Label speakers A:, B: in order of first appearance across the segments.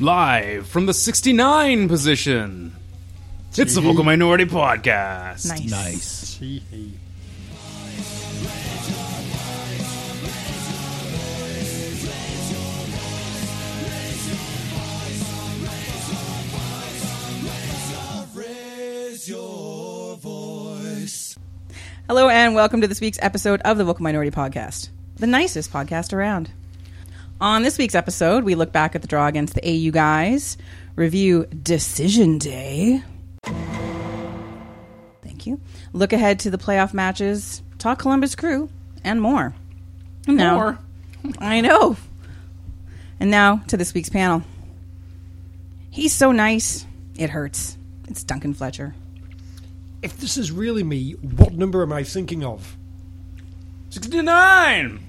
A: Live from the 69 position. It's the Vocal Minority Podcast.
B: Nice.
C: Nice.
B: Hello and welcome to this week's episode of the Vocal Minority Podcast, the nicest podcast around. On this week's episode, we look back at the draw against the AU guys, review Decision Day. Thank you. Look ahead to the playoff matches, talk Columbus Crew, and more. And now,
A: More.
B: I know. And now to this week's panel. He's so nice, it hurts. It's Duncan Fletcher.
D: If this is really me, what number am I thinking of?
A: 69!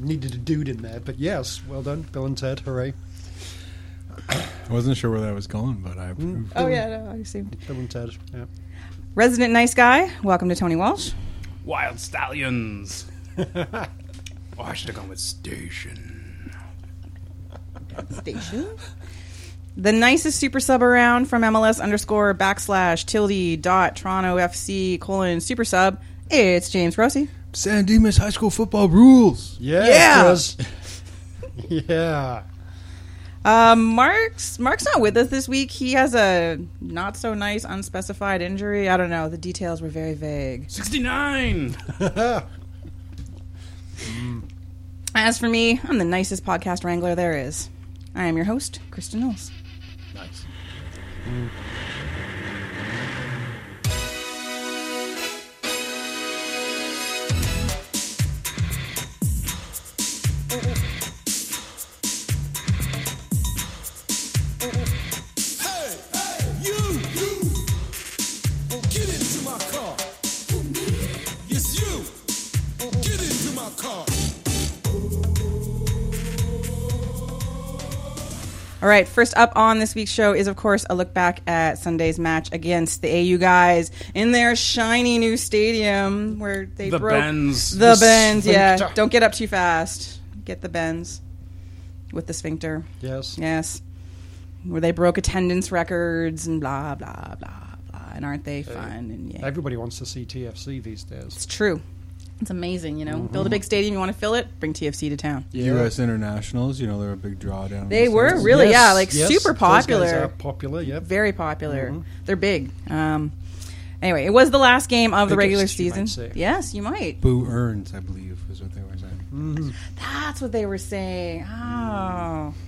D: Needed a dude in there, but yes, well done, Bill and Ted, hooray.
C: I wasn't sure where that was going, but I approve.
B: Oh yeah, no, I assumed.
D: Bill and Ted, yeah.
B: Resident nice guy. Welcome to Tony Walsh.
A: Wild Stallions. oh, I should have gone with Station.
B: Station. The nicest super sub around from MLS underscore backslash tilde dot Toronto FC colon super sub. It's James Rossi.
C: San Dimas High School football rules.
D: Yeah!
B: Yeah!
D: it does. yeah.
B: Um, Mark's Mark's not with us this week. He has a not so nice unspecified injury. I don't know. The details were very vague.
A: 69!
B: As for me, I'm the nicest podcast wrangler there is. I am your host, Kristen Knowles.
C: Nice.
B: All right, first up on this week's show is, of course, a look back at Sunday's match against the AU guys in their shiny new stadium where they
A: The
B: broke
A: Benz.
B: the,
A: The
B: bends. Yeah,
D: sphincter.
B: don't get up too fast. Get the bends with the sphincter.
D: Yes.
B: Yes, where they broke attendance records and blah blah blah blah. And aren't they fun? And yeah,
D: Everybody wants to see TFC these days.
B: it's true. It's amazing, you know. Build a big stadium, you want to fill it, bring TFC to town.
C: U.S. Internationals, you know, they're a big drawdown.
B: They
C: these
B: were
C: days.
B: Oh, really,
D: Yes,
B: yeah, like
D: yes,
B: super
D: those guys
B: popular.
D: are popular, yep.
B: very popular.
D: Mm-hmm.
B: They're big. Um, anyway, it was the last game of the regular
D: Biggest, you
B: season.
D: might say.
B: Yes, you might.
C: Boo Earns, I believe, is what they were
B: Hmm.
C: saying.
B: That's what they were saying. Oh.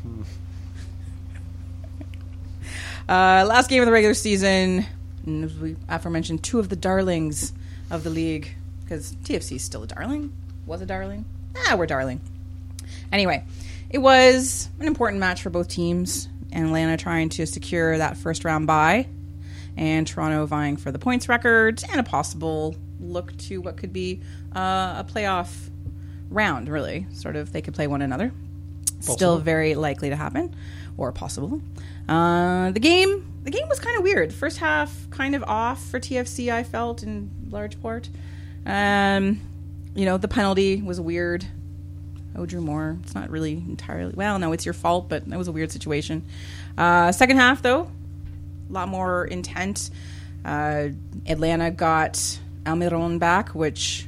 B: Uh, last game of the regular season, and as we aforementioned two of the darlings of the league because TFC is still a darling. Was a darling. Ah, we're darling. Anyway, it was an important match for both teams, and Atlanta trying to secure that first round bye, and Toronto vying for the points record and a possible look to what could be uh, a playoff round, really. Sort of, they could play one another. Still very likely to happen, or possible. Uh, the game, the game was kind of weird. First half, kind of off for TFC. I felt in large part. Um, you know, the penalty was weird. Oh, Drew Moore. It's not really entirely well. No, it's your fault, but that was a weird situation. Uh, second half, though, a lot more intent. Uh, Atlanta got Almiron back, which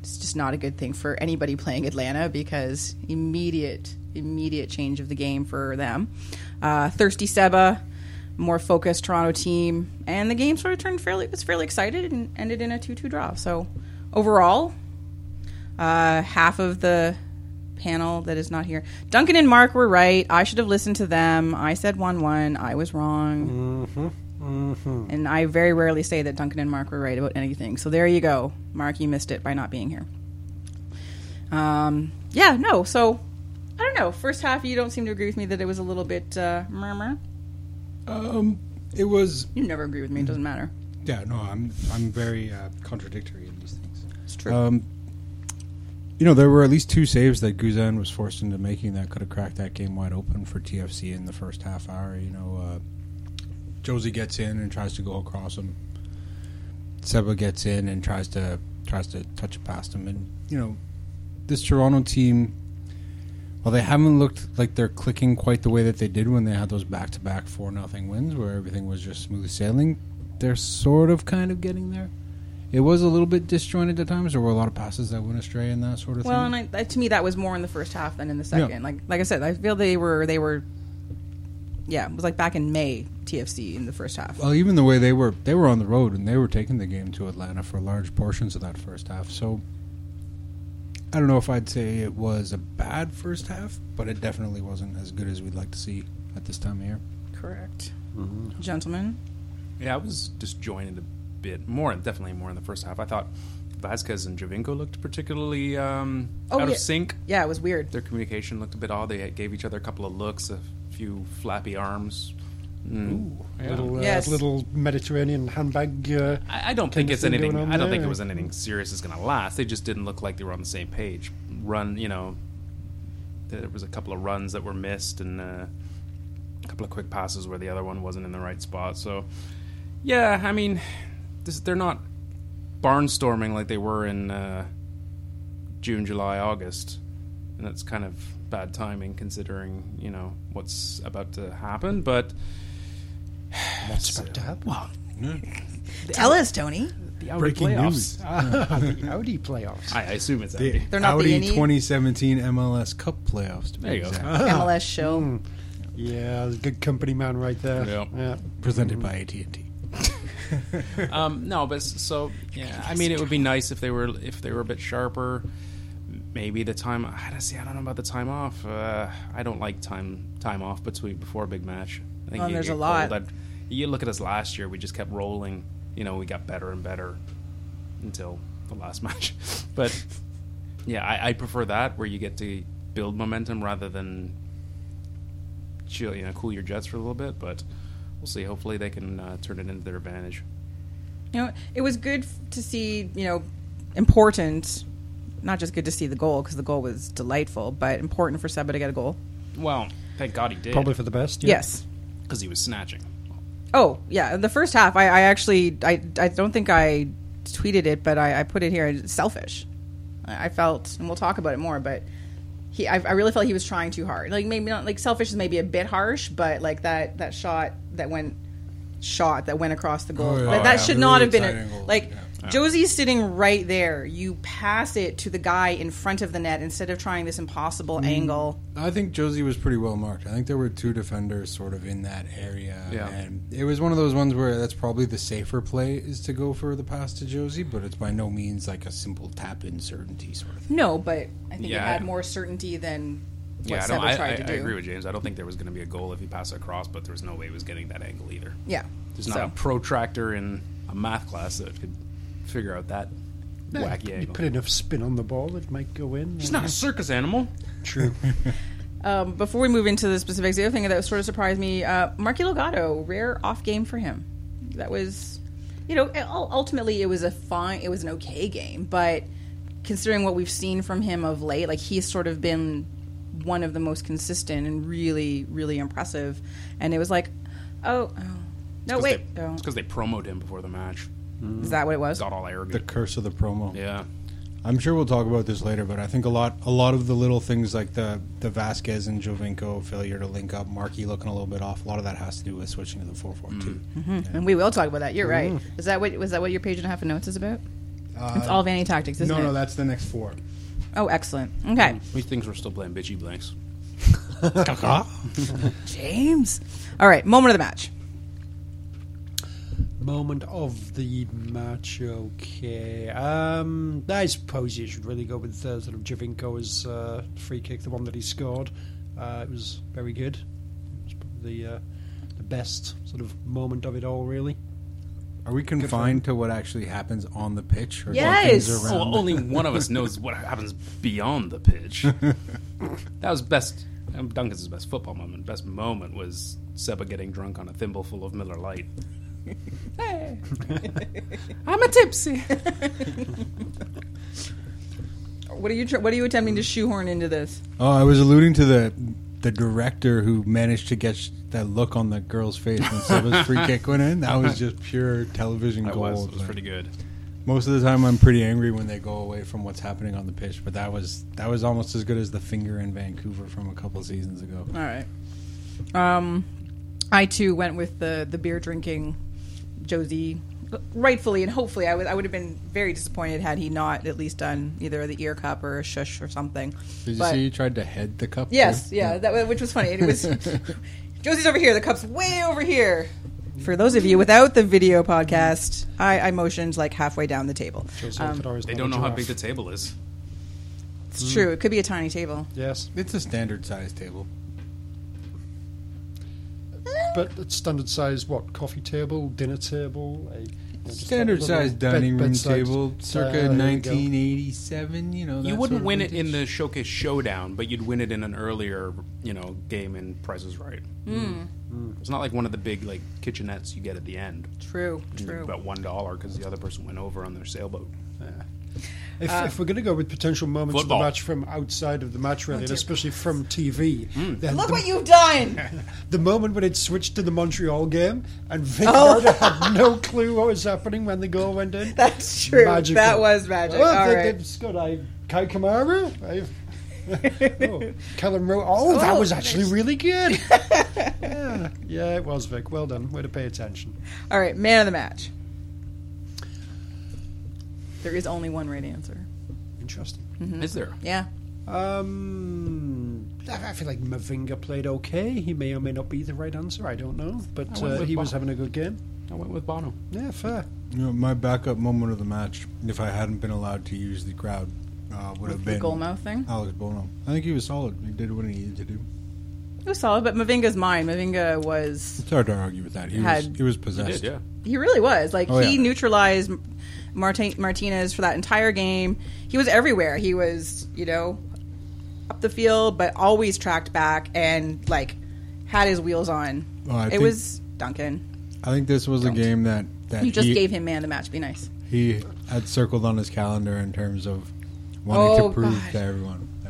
B: it's just not a good thing for anybody playing Atlanta because immediate immediate change of the game for them. Uh, thirsty Seba, more focused Toronto team, and the game sort of turned fairly was fairly excited and ended in a two two draw. So overall, uh, half of the panel that is not here. Duncan and Mark were right. I should have listened to them. I said one one. I was wrong. And I very rarely say that Duncan and Mark were right about anything. So there you go. Mark, you missed it by not being here. Um, yeah, no. So I don't know. First half, you don't seem to agree with me that it was a little bit uh, murmur.
C: Um, It was,
B: You never agree with me. It doesn't matter.
C: yeah, no, I'm, I'm very uh, contradictory in these things.
B: It's true.
C: Um, you know, there were at least two saves that Guzan was forced into making that could have cracked that game wide open for TFC in the first half hour. You know, uh, Josie gets in and tries to go across him. Seba gets in and tries to tries to touch past him, and you know, this Toronto team Well, they haven't looked like they're clicking quite the way that they did when they had those back-to-back four nothing wins, where everything was just smooth sailing. They're sort of, kind of getting there. It was a little bit disjointed at times. There were a lot of passes that went astray and that sort of
B: Well, and
C: thing.
B: I, that, to me, that was more in the first half than in the
C: Yeah.
B: second. Like, like I said, I feel they were they were, yeah, it was like back in May TFC in the first half.
C: well, even the way they were, they were on the road and they were taking the game to Atlanta for large portions of that first half. So, I don't know if I'd say it was a bad first half, but it definitely wasn't as good as we'd like to see at this time of year.
B: Correct, gentlemen.
A: Yeah, I was disjointed a bit more, definitely more in the first half. I thought Vasquez and Javinko looked particularly um,
B: Oh,
A: out
B: yeah.
A: of sync.
B: Yeah, it was weird.
A: Their communication looked a bit odd. They gave each other a couple of looks, a few flappy arms. Mm. Yeah.
D: Little, uh,
B: Yes.
D: little Mediterranean handbag. Uh,
A: I, I don't think
D: Kind of
A: it's
D: thing going
A: anything.
D: on
A: I don't think
D: there.
A: it was anything serious that's going to last. They just didn't look like they were on the same page. Run, you know, there was a couple of runs that were missed and uh, a couple of quick passes where the other one wasn't in the right spot. So, yeah, I mean, this, they're not barnstorming like they were in uh, June, July, August, and that's kind of bad timing considering you know what's about to happen. But
D: what's about to happen?
A: well,
B: Tell us, Tony.
A: the Audi
C: Breaking
A: playoffs.
C: news.
D: the Audi playoffs.
A: I, I assume it's
C: The
A: Audi.
B: They're not
C: Audi
B: the any-
C: 2017 MLS Cup playoffs. To be
A: There you go.
B: Ah.
C: exact.
B: MLS show.
D: Yeah, good company man right there.
A: Yeah.
C: Presented by AT and T.
A: Um, no, but s- so yeah, I mean, it would be nice if they were if they were a bit sharper. Maybe the time I don't see. I don't know about the time off. Uh, I don't like time time off between before a big match. I think
B: Oh,
A: you
B: there's
A: get
B: a lot.
A: cold. I'd- you look at us last year. We just kept rolling. You know, we got better and better until the last match. But yeah, I, I prefer that where you get to build momentum rather than chill. You know, cool your jets for a little bit. But we'll see. Hopefully, they can uh, turn it into their advantage.
B: You know, it was good f- to see. You know, important. Not just good to see the goal because the goal was delightful, but important for Seba to get a goal.
A: Well, thank God he did.
D: Probably for the best. Yeah.
B: Yes.
A: because he was snatching.
B: Oh yeah, the first half. I, I actually I, I don't think I tweeted it, but I, I put it here. It's Selfish. I, I felt, and we'll talk about it more, but he I, I really felt he was trying too hard. Like maybe not like selfish is maybe a bit harsh, but like that that shot that went shot that went across the goal
C: Oh, yeah.
B: that,
C: Oh,
B: that
C: yeah.
B: should
C: Really
B: not have been a,
C: exciting goal.
B: like
C: Yeah.
B: Josie's sitting right there. You pass it to the guy in front of the net instead of trying this impossible
A: Mm.
B: angle.
C: I think Josie was pretty well marked. I think there were two defenders sort of in that area,
A: Yeah.
C: and it was one of those ones where that's probably the safer play is to go for the pass to Josie, but it's by no means like a simple tap in certainty sort of thing.
B: No, but I think
A: Yeah,
B: it
A: I
B: had
A: don't-
B: more certainty than what
A: yeah, I,
B: Seba
A: don't, I,
B: tried
A: I,
B: to
A: I
B: do.
A: agree with James. I don't think there was going to be a goal if he passed it across, but there was no way he was getting that angle either.
B: Yeah.
A: There's not
B: So-
A: a protractor in a math class that could figure out that
D: Yeah,
A: wacky
D: you, you
A: angle.
D: put enough spin on the ball, it might go in.
A: He's not a circus animal.
D: true.
B: Um, before we move into the specifics, the other thing that sort of surprised me, uh, Marky Logato, rare off game for him. That was, you know, ul- ultimately it was a fine, it was an okay game, but considering what we've seen from him of late, like he's sort of been one of the most consistent and really, really impressive. And it was like, oh, oh. no, wait,
A: They,
B: oh.
A: It's because they promoted him before the match.
B: is that what it was?
A: Got all
C: The
A: arrogant.
C: curse of the promo.
A: yeah.
C: I'm sure we'll talk about this later, but I think a lot a lot of the little things like the the Vasquez and Jovinko failure to link up, Markey looking a little bit off, a lot of that has to do with switching to the four four two.
B: Hmm. And we will talk about that. You're right.
A: Mm-hmm.
B: Is that what was that what your page and a half of notes is about? it's all vanity tactics, isn't
C: Uh, No,
B: it?
C: no, that's the next four.
B: oh, excellent. Okay.
A: He thinks we're still playing bitchy blanks.
B: James. All right, moment of the match.
D: Moment of the match. Okay. Um, I suppose you should really go with uh, sort of Javinko's uh, free kick, the one that he scored. Uh, it was very good. It was probably the, uh, the best sort of moment of it all, really.
C: Are we confined to what actually happens on the pitch? Or
B: Yes!
C: things around
A: Oh,
C: it?
A: only one of us knows what happens beyond the pitch. that was best. um, Duncan's best football moment. Best moment was Seba getting drunk on a thimbleful of Miller Lite.
B: I'm a tipsy. what are you? tr- what are you attempting to shoehorn into this?
C: Oh, I was alluding to the the director who managed to get sh- that look on the girl's face when Seba's free kick went in. That was just pure television
A: That
C: gold.
A: was, it was
C: like,
A: pretty good.
C: Most of the time, I'm pretty angry when they go away from what's happening on the pitch. But that was that was almost as good as the finger in Vancouver from a couple seasons ago.
B: All right. Um, I too went with the the beer drinking Josie, rightfully and hopefully. I would I would have been very disappointed had he not at least done either the ear cup or a shush or something.
C: Did you
B: But-
C: see? You tried to head the cup.
B: Yes,
C: too?
B: yeah, that wa- which was funny. It was Josie's over here. The cup's way over here. For those of you without the video podcast, I, I motioned like halfway down the table.
D: Joseph
B: Um,
D: Fedori's
A: They
D: not
A: don't
D: a
A: know how
D: giraffe.
A: big the table is.
B: It's true. It could be a tiny table.
D: Yes,
C: It's a standard size table.
D: but it's standard size. What coffee table, dinner table, a just a
C: Standard
D: little
C: size
D: bed-
C: dining room
D: bedside-
C: table,
D: Uh,
C: circa
D: there you go.
C: 1987. You know, that
A: you
C: sort
A: wouldn't
C: of
A: win it in
C: vintage.
A: the showcase showdown, but you'd win it in an earlier, you know, game in Price is Right. It's not like one of the big like kitchenettes you get at the end.
B: True,
A: It's
B: true.
A: About one dollar because the other person went over on their sailboat.
D: If, if we're going to go with potential moments
A: Football.
D: of the match from outside of the match, really, and especially from TV,
A: Mm.
D: then
B: Look
D: the,
B: what you've done!
D: the moment when it switched to the Montreal game and Vic
B: Oh.
D: Verda had no clue what was happening when the goal went in. Oh,
B: That's true.
D: Magical.
B: That was magic.
D: Well,
B: All
D: they,
B: right.
D: they've scored, I, Kai Kamara. I, oh, Callum Rowe. Oh, that
B: Oh,
D: was actually
B: there's-
D: really good. yeah, yeah, it was, Vic. Well done. Way to pay attention.
B: All right, man of the match. There is only one right answer.
D: Interesting.
A: Is there?
B: Yeah.
D: Um, I I feel like Mavinga played okay. He may or may not be the right answer. I don't know, but
A: I went
D: uh,
A: with
D: he was
A: Bob.
D: having a good game.
A: I went with Bono.
D: Yeah, fair.
C: You know, my backup moment of the match, if I hadn't been allowed to use the crowd, uh, would have
B: The
C: been
B: goal mouth thing.
C: Alex Bono. I think he was solid. He did what he needed to do.
B: It was solid, but Mavinga's mine. Mavinga was
C: It's hard to argue with that. He
B: Had-
C: was he was
A: You
C: possessed.
A: did, yeah.
B: He really was. Like
C: Oh,
B: he
C: yeah.
B: neutralized Martin- Martinez for that entire game. He was everywhere. He was, you know, up the field, but always tracked back and like had his wheels on.
C: Well, I
B: it
C: think-
B: was Duncan.
C: I think this was a game that that
B: You just
C: he,
B: gave him man of the match. Be nice.
C: he had circled on his calendar in terms of wanting
B: Oh,
C: to prove
B: God.
C: to everyone. Yeah.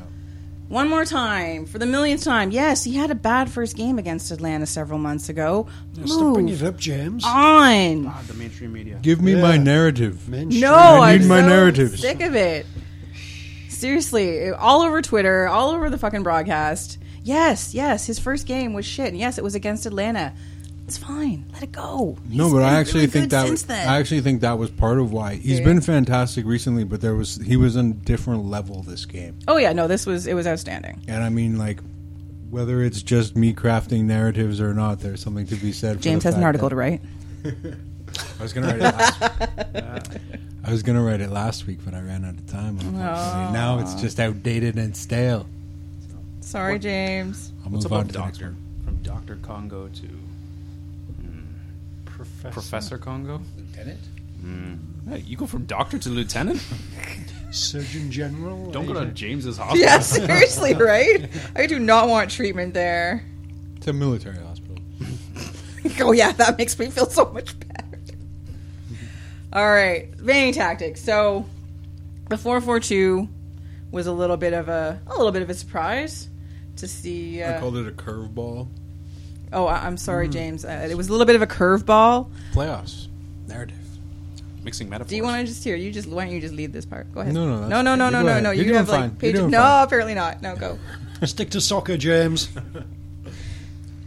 B: One more time for the millionth time. Yes, he had a bad first game against Atlanta several months ago.
D: Stop bringing
B: Move
D: it up, James.
B: on.
A: Ah, the mainstream media.
C: Give me
D: Yeah.
C: my narrative.
D: Man,
B: No,
C: I
B: I'm
C: need my
B: so
C: narratives.
B: Sick of it. Seriously, all over Twitter, all over the fucking broadcast. Yes, yes, his first game was shit, and yes, it was against Atlanta. It's fine. Let it go.
C: No,
B: He's
C: but
B: been
C: I actually
B: really
C: think
B: good
C: that
B: since
C: was,
B: then.
C: I actually think that was part of why he's
B: Yeah.
C: been fantastic recently. But there was he was on a different level this game.
B: oh yeah, no, this was it was outstanding.
C: And I mean, like, whether it's just me crafting narratives or not, there's something to be said. For
B: James
C: the
B: has an
C: fact
B: article to
C: that-
B: write.
C: I was gonna write it. Last I was gonna write it last week, but I ran out of time. Unfortunately, now it's just outdated and stale.
B: Sorry, James.
C: I'll
A: What's
C: move on
A: about
C: to the next
A: Doctor?
C: one.
A: From Doctor Congo to
D: Professor.
A: Professor Congo?
C: Lieutenant.
A: Hey, you go from doctor to lieutenant?
D: Surgeon General.
A: Don't go
D: eh?
A: to James's hospital.
B: Yeah, seriously, right? I do not want treatment there.
C: It's a military hospital.
B: oh yeah, that makes me feel so much better. All right, vanity tactics. So the four four two was a little bit of a a little bit of a surprise to see.
C: I
B: Uh,
C: called Hmm. it a curveball.
B: oh, I, I'm sorry, James. Uh, it was a little bit of a curveball.
C: Playoffs narrative.
A: Mixing metaphors.
B: Do you want to just hear? You just why don't you just lead this part? Go ahead.
C: No, no, that's
B: no, no, no,
C: fine.
B: no, no,
C: You go ahead.
B: no.
C: You're
B: You have
C: doing
B: like
C: fine.
B: page.
C: You're doing
B: No,
C: fine.
B: apparently not. No, go.
D: Stick to soccer, James.
B: John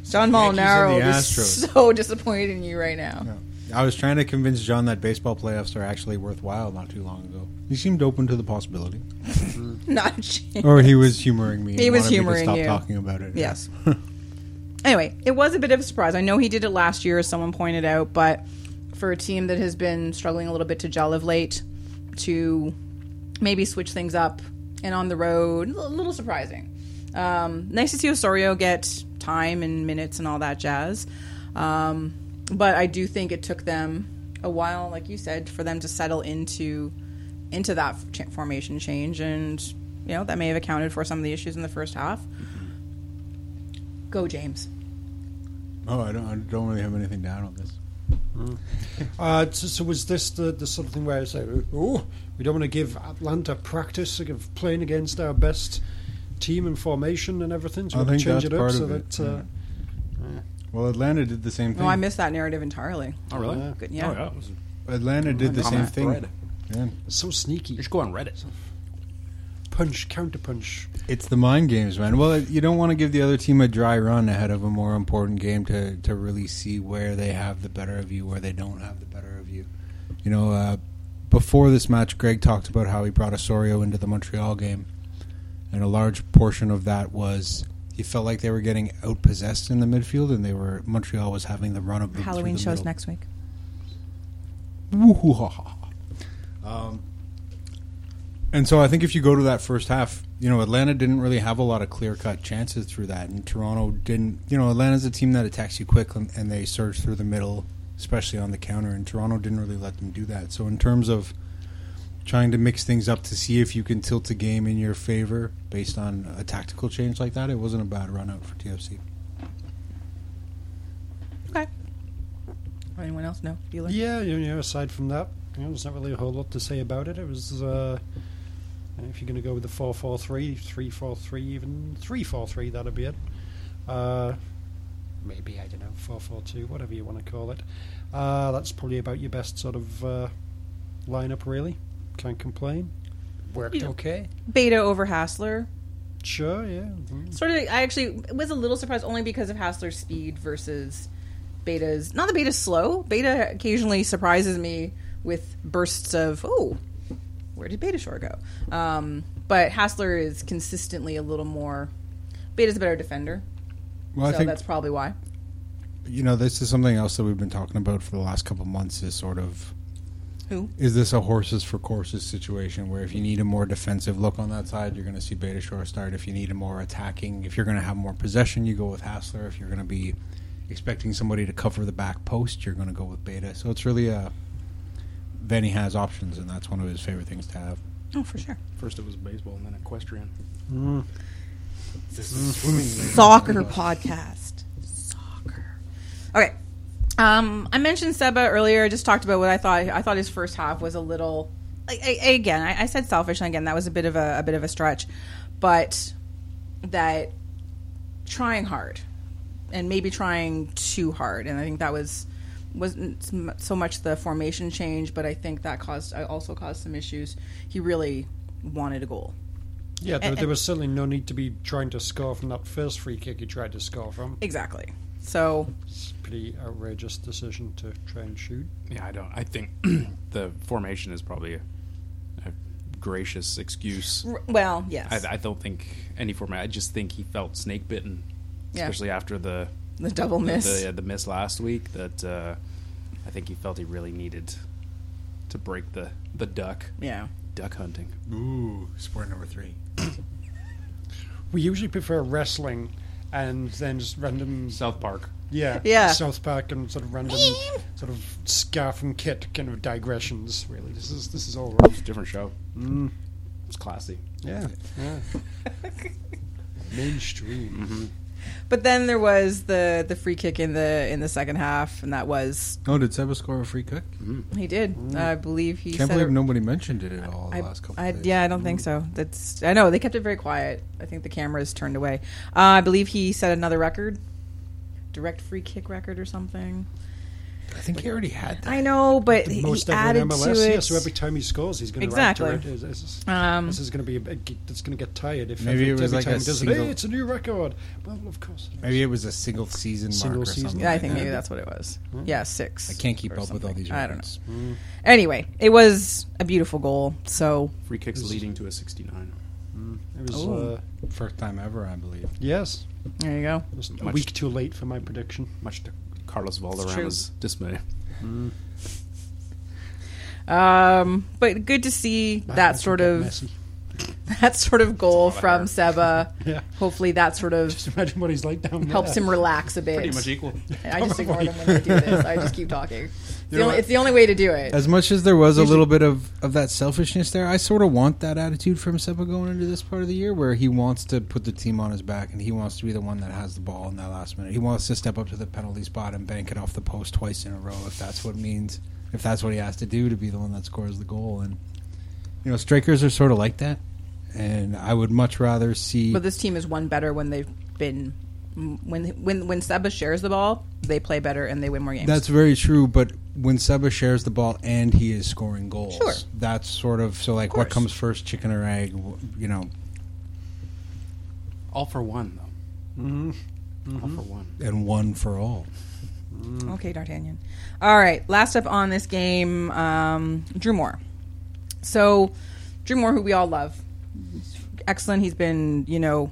C: Yankees and
B: Molinaro
C: the
B: is
C: Astros.
B: so disappointed in you right now.
C: I was trying to convince John that baseball playoffs are actually worthwhile not too long ago. He seemed open to the possibility.
B: Not a chance.
C: Or he was humoring me.
B: He
C: and
B: was
C: wanted me to
B: humoring
C: stop
B: you.
C: talking about it.
B: Yes. anyway, it was a bit of a surprise. I know he did it last year, as someone pointed out, but for a team that has been struggling a little bit to gel of late, to maybe switch things up and on the road, a little surprising. Um, nice to see Osorio get time and minutes and all that jazz. Um, but I do think it took them a while, like you said, for them to settle into into that ch- formation change, and you know that may have accounted for some of the issues in the first half. Go, James.
C: Oh, I don't, I don't really have anything down on this.
D: Uh, so, so was this the, the sort of thing where I say, oh, we don't want to give Atlanta practice of playing against our best team and formation and everything, so we
C: I
D: have to
C: think
D: change it
C: that's
D: up
C: part
D: so
C: of it,
D: that... Uh,
C: Well, Atlanta did the
B: Oh,
C: same thing.
B: No, I missed that narrative entirely.
A: Oh, really?
B: Good, yeah.
A: Oh, yeah. it was-
C: Atlanta did the
A: I'm
C: same
A: not
C: thing.
A: bread.
C: Yeah.
D: So sneaky.
A: You should go on Reddit.
D: Punch, counter punch.
C: It's the mind games, man. Well, you don't want to give the other team a dry run ahead of a more important game to, to really see where they have the better of you, where they don't have the better of you. You know, uh, before this match, Greg talked about how he brought Osorio into the Montreal game, and a large portion of that was he felt like they were getting outpossessed in the midfield, and they were Montreal was having the run of them
B: Halloween
C: through the
B: shows
C: middle.
B: next week.
C: Woo-hoo-ha-ha. Um, and so I think if you go to that first half, you know, Atlanta didn't really have a lot of clear cut chances through that. And Toronto didn't, you know, Atlanta's a team that attacks you quick and, and they surge through the middle, especially on the counter. And Toronto didn't really let them do that. So in terms of trying to mix things up to see if you can tilt a game in your favor based on a tactical change like that, it wasn't a bad run out for TFC.
B: Okay. Anyone else? No. Bueller?
D: Yeah, you know, aside from that, you know, there's not really a whole lot to say about it. It was, uh, if you're going to go with the 4 4 3, 3 4 3, even 3 4 3, that'd be it. Uh, maybe, I don't know, 4 4 2, whatever you want to call it. Uh, that's probably about your best sort of uh, lineup, really. Can't complain. Worked
B: Yeah.
D: okay.
B: Beta over Hassler.
D: Sure, yeah. Mm.
B: Sort of. I actually was a little surprised only because of Hassler's speed versus Beta's. Not that Beta's slow. Beta occasionally surprises me with bursts of oh, where did Beta Shore go? Um, but Hassler is consistently a little more. Beta's a better defender,
C: Well,
B: so that's probably why.
C: you know this is something else that we've been talking about for the last couple months is sort of
B: Who?
C: is this a horses for courses situation where if you need a more defensive look on that side you're going to see beta shore start if you need a more attacking if you're going to have more possession you go with hassler if you're going to be expecting somebody to cover the back post you're going to go with beta so it's really a Vanny has options, and that's one of his favorite things to have.
B: Oh, for sure.
A: First it was baseball and then equestrian.
D: Mm.
B: Mm-hmm. soccer podcast. Soccer. Okay. Um, I mentioned Seba earlier. Just talked about what I thought. I thought his first half was a little. I, I, again, I, I said selfish, and again, that was a bit of a, a bit of a stretch, but that trying hard and maybe trying too hard, and I think that was wasn't sm- so much the formation change, but I think that caused I also caused some issues. He really wanted a goal.
D: Yeah, there,
B: And-
D: there was certainly no need to be trying to score from that first free kick he tried to score from.
B: Exactly. So
D: It's a pretty outrageous decision to try and shoot.
A: Yeah, I don't. I think the formation is probably a, a gracious excuse.
B: r- well, yes.
A: I, I don't think any format. I just think he felt snake bitten,
B: Yeah.
A: especially after the
B: The double miss.
A: the, the miss last week. That uh, I think he felt he really needed to break the the duck
B: yeah.
A: duck hunting.
C: Ooh, sport number three.
D: We usually prefer wrestling and then just random,
A: South Park.
D: yeah,
B: Yeah.
D: South Park and sort of random, sort of scarf and kit kind of digressions. Really, this is this is all rough.
A: It's a different show.
D: Mm,
A: It's classy.
D: yeah, yeah. Mainstream.
B: But then there was the the free kick in the in the second half, and that was
C: Oh, did Seba score a free kick?
B: he did. I believe he.
C: Can't
B: said
C: believe
B: it-
C: nobody mentioned it at all the
B: I,
C: last couple
B: I-
C: days.
B: yeah, I don't think so. That's I know they kept it very quiet. I think the cameras turned away. Uh, I believe he set another record, direct free kick record or something.
C: I think he already had that.
B: I know, but
D: The
B: he
D: most ever in
B: added
D: MLS.
B: to
D: yeah,
B: it.
D: so every time he scores, he's going to
B: Exactly.
D: add to it. It's- it's-
B: Um,
D: this is going to be a, a g- it's going to get tired if
C: Maybe
D: every,
C: it was
D: every
C: like
D: time
C: a
D: he does it.
C: single-
D: Hey, it's a new record. Well, of course. it is.
C: Maybe it was a single season
D: Single
C: mark or
D: season.
C: something.
B: yeah, I think
C: like
B: maybe
C: that.
B: that's what it was.
C: Hmm.
B: Yeah, six.
C: I can't keep
B: or
C: up with all
B: something.
C: these.
B: I don't know.
C: records.
B: Anyway, it was a beautiful goal. So
A: Free kicks
D: This is-
A: leading to a 69.
D: It was
B: Oh.
D: uh,
C: First time ever, I believe.
D: yes,
B: there you go.
D: it was a
A: Much-
D: week too late for my prediction.
A: Much to Carlos Valderrama's dismay.
B: Um, but good to see
D: I
B: that
D: think
B: sort
D: it got
B: of
D: messy.
B: that sort of goal
A: That's a lot
B: from
A: of
B: Seba.
D: Yeah.
B: Hopefully, that sort of
D: Just imagine what he's like down
B: helps
D: there.
B: him relax a bit.
A: Pretty much equal.
B: I just ignore them when they do this. I just keep talking. It's, the
C: know
B: only,
C: what?
B: it's the only way to do it.
C: As much as there was a little bit of, of that selfishness there, I sort of want that attitude from Seppa going into this part of the year where he wants to put the team on his back and he wants to be the one that has the ball in that last minute. He wants to step up to the penalty spot and bank it off the post twice in a row if that's what means, if that's what he has to do to be the one that scores the goal. And, you know, strikers are sort of like that. And I would much rather see.
B: But this team is one better when they've been when when when Seba shares the ball, they play better and they win more games.
C: That's very true, but when Seba shares the ball and he is scoring goals.
B: Sure.
C: That's sort of so like what
B: course.
C: comes first, chicken or egg? wh- You know,
A: All for one, though. All for one.
C: and one for all.
B: Mm. Okay, D'Artagnan. All right, last up on this game, um, Drew Moore. So, Drew Moore, who we all love, excellent. He's been, you know,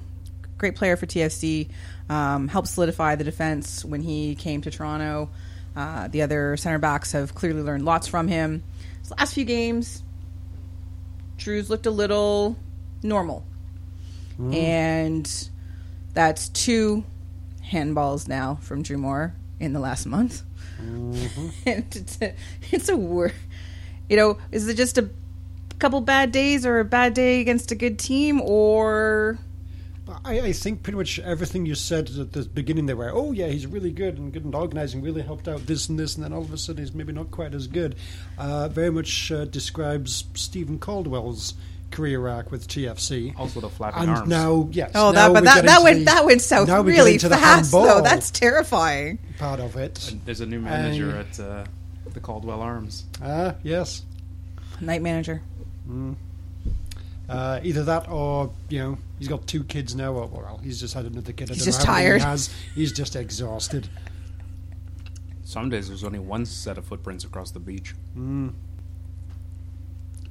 B: great player for TFC. Um, helped solidify the defense when he came to Toronto. Uh, the other center backs have clearly learned lots from him. His last few games, Drew's looked a little normal, and that's two handballs now from Drew Moore in the last month. Mm-hmm. And it's, a, it's a war. You know, is it just a couple bad days or a bad day against a good team or
D: I, I think pretty much everything you said at the beginning there were, oh yeah, he's really good and good and organising, really helped out this and this, and then all of a sudden he's maybe not quite as good. Uh, very much uh, describes Stephen Caldwell's career arc with TFC.
A: Also the flapping
D: and
A: arms.
D: now, yes,
B: oh
D: now
B: that but
D: we're
B: that,
D: getting
B: that
D: to
B: went
D: the-
B: that went south
D: now we're
B: really
D: getting to the
B: fast though
D: handball
B: that's terrifying
D: part of it.
A: There's a new manager
D: I-
A: at uh, the Caldwell Arms.
D: Ah, yes. Mm.
B: night manager
D: Uh, either that or, you know, he's got two kids now. Or, well, he's just had another kid. I
B: He's
D: don't know
B: just
D: how many he
B: tired.
D: has. He's just exhausted.
A: Some days there's only one set of footprints across the beach.
D: Mm.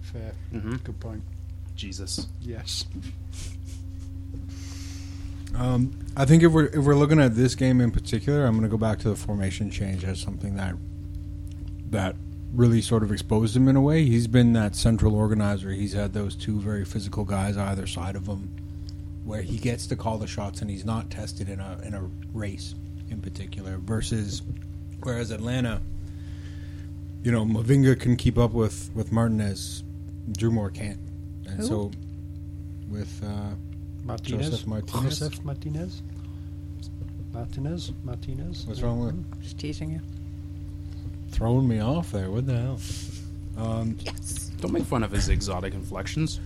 D: Fair.
A: Mhm.
D: Good point.
A: Jesus.
D: Yes.
C: Um, I think if we're if we're looking at this game in particular, I'm going to go back to the formation change as something that that really sort of exposed him in a way. He's been that central organizer. He's had those two very physical guys either side of him, where he gets to call the shots and he's not tested in a in a race in particular. Versus, whereas Atlanta, you know, Mavinga can keep up with with Martinez, Drew Moore can't, and
B: Who?
C: so with. Uh,
D: Martinez.
C: Joseph Martinez.
D: Joseph Martinez. Martinez. Martinez.
C: what's wrong with
B: just teasing you
C: throwing me off there. What the hell? Um,
B: yes
A: Don't make fun of his exotic inflections.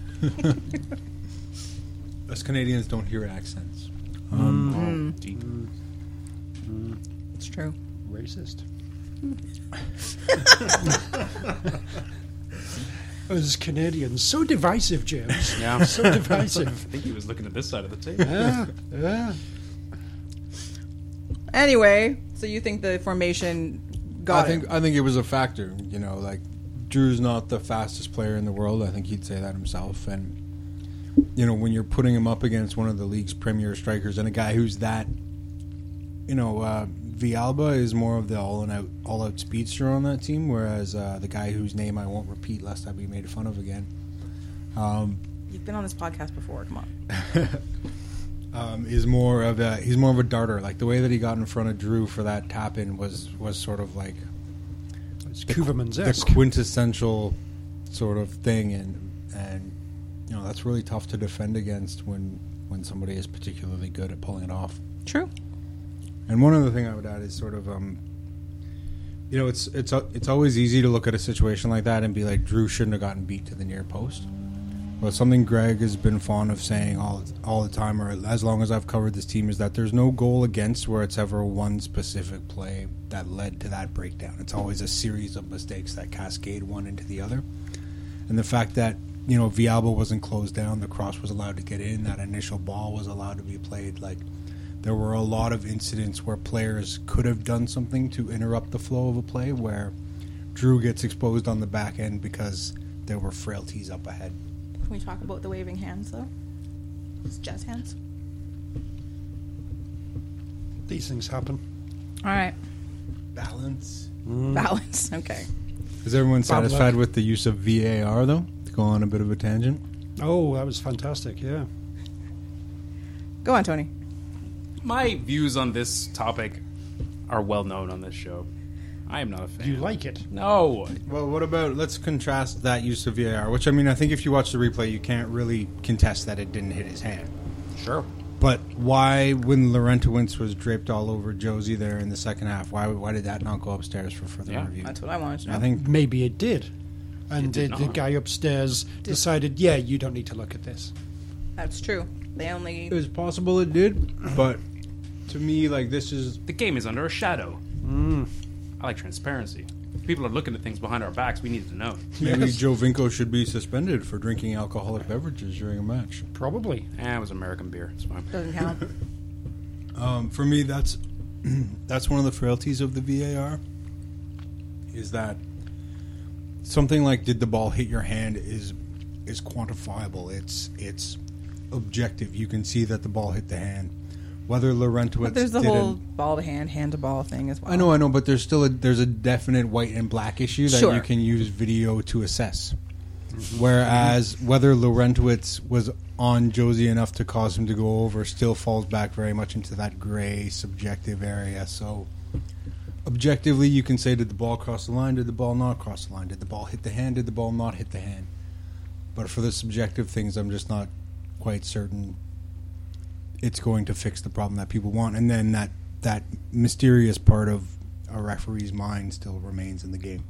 C: us Canadians don't hear accents.
D: Mm-hmm.
A: Oh, deep.
B: it's true
D: Racist. Us Canadians, so divisive, James.
A: Yeah.
D: So
A: I
D: divisive.
A: think he was looking at this side of the table.
D: Ah, ah.
B: anyway so you think the formation got
C: I think
B: it
C: I think it was a factor. You know, like Drew's not the fastest player in the world. I think he'd say that himself. And you know, when you're putting him up against one of the league's premier strikers and a guy who's that, you know, uh, Vialba is more of the all and out all out speedster on that team, whereas uh, the guy whose name I won't repeat lest I be made fun of again. Um,
B: you've been on this podcast before come on
C: um, is more of a he's more of a darter. Like the way that he got in front of Drew for that tap in was was sort of like
D: It's
C: the-
D: Kuverman's
C: the quintessential sort of thing, and and you know that's really tough to defend against when when somebody is particularly good at pulling it off.
B: true
C: And one other thing I would add is sort of, um, you know, it's it's it's always easy to look at a situation like that and be like, Drew shouldn't have gotten beat to the near post. But something Greg has been fond of saying all all the time, or as long as I've covered this team, is that there's no goal against where it's ever one specific play that led to that breakdown. It's always a series of mistakes that cascade one into the other. And the fact that you know Vialba wasn't closed down, the cross was allowed to get in, that initial ball was allowed to be played, like there were a lot of incidents where players could have done something to interrupt the flow of a play where Drew gets exposed on the back end because there were frailties up ahead.
B: can we talk about the waving hands though it's jazz hands
D: These things happen.
B: all right
C: Balance.
B: balance okay
C: Is everyone
D: Bob
C: satisfied
D: Luck.
C: with the use of VAR though? To go on a bit of a tangent.
D: Oh, that was fantastic. Yeah.
B: go on tony
A: My views on this topic are well known on this show. I am not a fan.
D: You like it?
A: no.
C: Well, what about let's contrast that use of VAR, which I mean, I think if you watch the replay, you can't really contest that it didn't hit his hand.
A: Sure.
C: But why, when Laurentowitz was draped all over Josie there in the second half, why why did that not go upstairs for further
A: Yeah,
C: review?
B: that's what i wanted to know
C: I think
D: Maybe it did. And
A: did
D: the, the
A: not.
D: guy upstairs decided, yeah, you don't need to look at this.
B: that's true they only
C: it was possible it did, but to me, like this is
A: Mm. The game is under a shadow. I like transparency. People are looking at things behind our backs. We need to know.
C: Maybe Joe Vinko should be suspended for drinking alcoholic beverages during a match.
D: Probably.
A: Ah, it was American beer. It's fine.
B: Doesn't count.
C: Um, for me, that's that's one of the frailties of the VAR. Is that something like did the ball hit your hand is is quantifiable? It's it's objective. You can see that the ball hit the hand. Whether Laurentowitz
B: But there's the
C: didn't,
B: whole ball to hand, hand to ball thing as well.
C: I know, I know, but there's still a there's a definite white and black issue that
B: Sure.
C: you can use video to assess. Whereas whether Laurentowitz was on Josie enough to cause him to go over still falls back very much into that gray subjective area. So objectively, you can say did the ball cross the line? Did the ball not cross the line? Did the ball hit the hand? Did the ball not hit the hand? But for the subjective things, I'm just not quite certain it's going to fix the problem that people want. And then that that mysterious part of a referee's mind still remains in the game.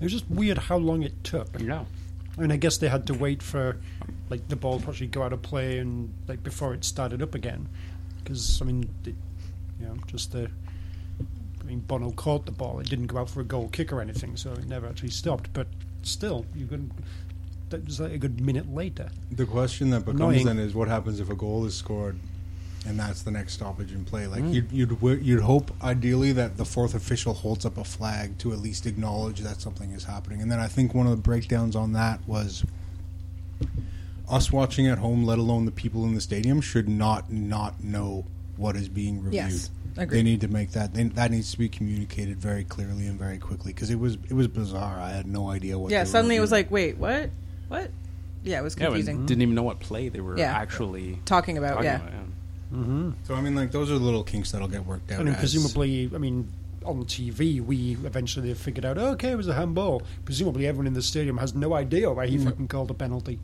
D: It was just weird how long it took.
A: You know.
D: I mean, I guess they had to wait for like the ball to actually go out of play and like before it started up again. Because I mean, it, you know, just the. I mean, Bono caught the ball. It didn't go out for a goal kick or anything, so it never actually stopped. But still, you could. That was like a good minute later.
C: The question that becomes
D: Annoying.
C: then is what happens if a goal is scored and that's the next stoppage in play?
B: Mm.
C: Like you'd, you'd wi- you'd hope ideally that the fourth official holds up a flag to at least acknowledge that something is happening. And then I think one of the breakdowns on that was us watching at home, let alone the people in the stadium, should not not know what is being reviewed.
B: Yes,
C: They
B: agreed.
C: need to make that they, that needs to be communicated very clearly and very quickly because it was it was bizarre. I had no idea what.
B: yeah,
C: they were
B: suddenly it was
C: reviewing.
B: like, wait, what? What? Yeah, it was
A: Yeah, we
B: confusing.
A: didn't even know what play they were
B: Yeah.
A: actually
B: Talking about,
A: talking
B: yeah.
A: about. Mm. Yeah.
C: So I mean, like those are the little kinks that'll get worked out.
D: And then
C: as-
D: presumably, I mean, on TV, we eventually figured out, okay, it was a handball. Presumably, everyone in the stadium has no idea why
C: Mm.
D: he fucking called a penalty.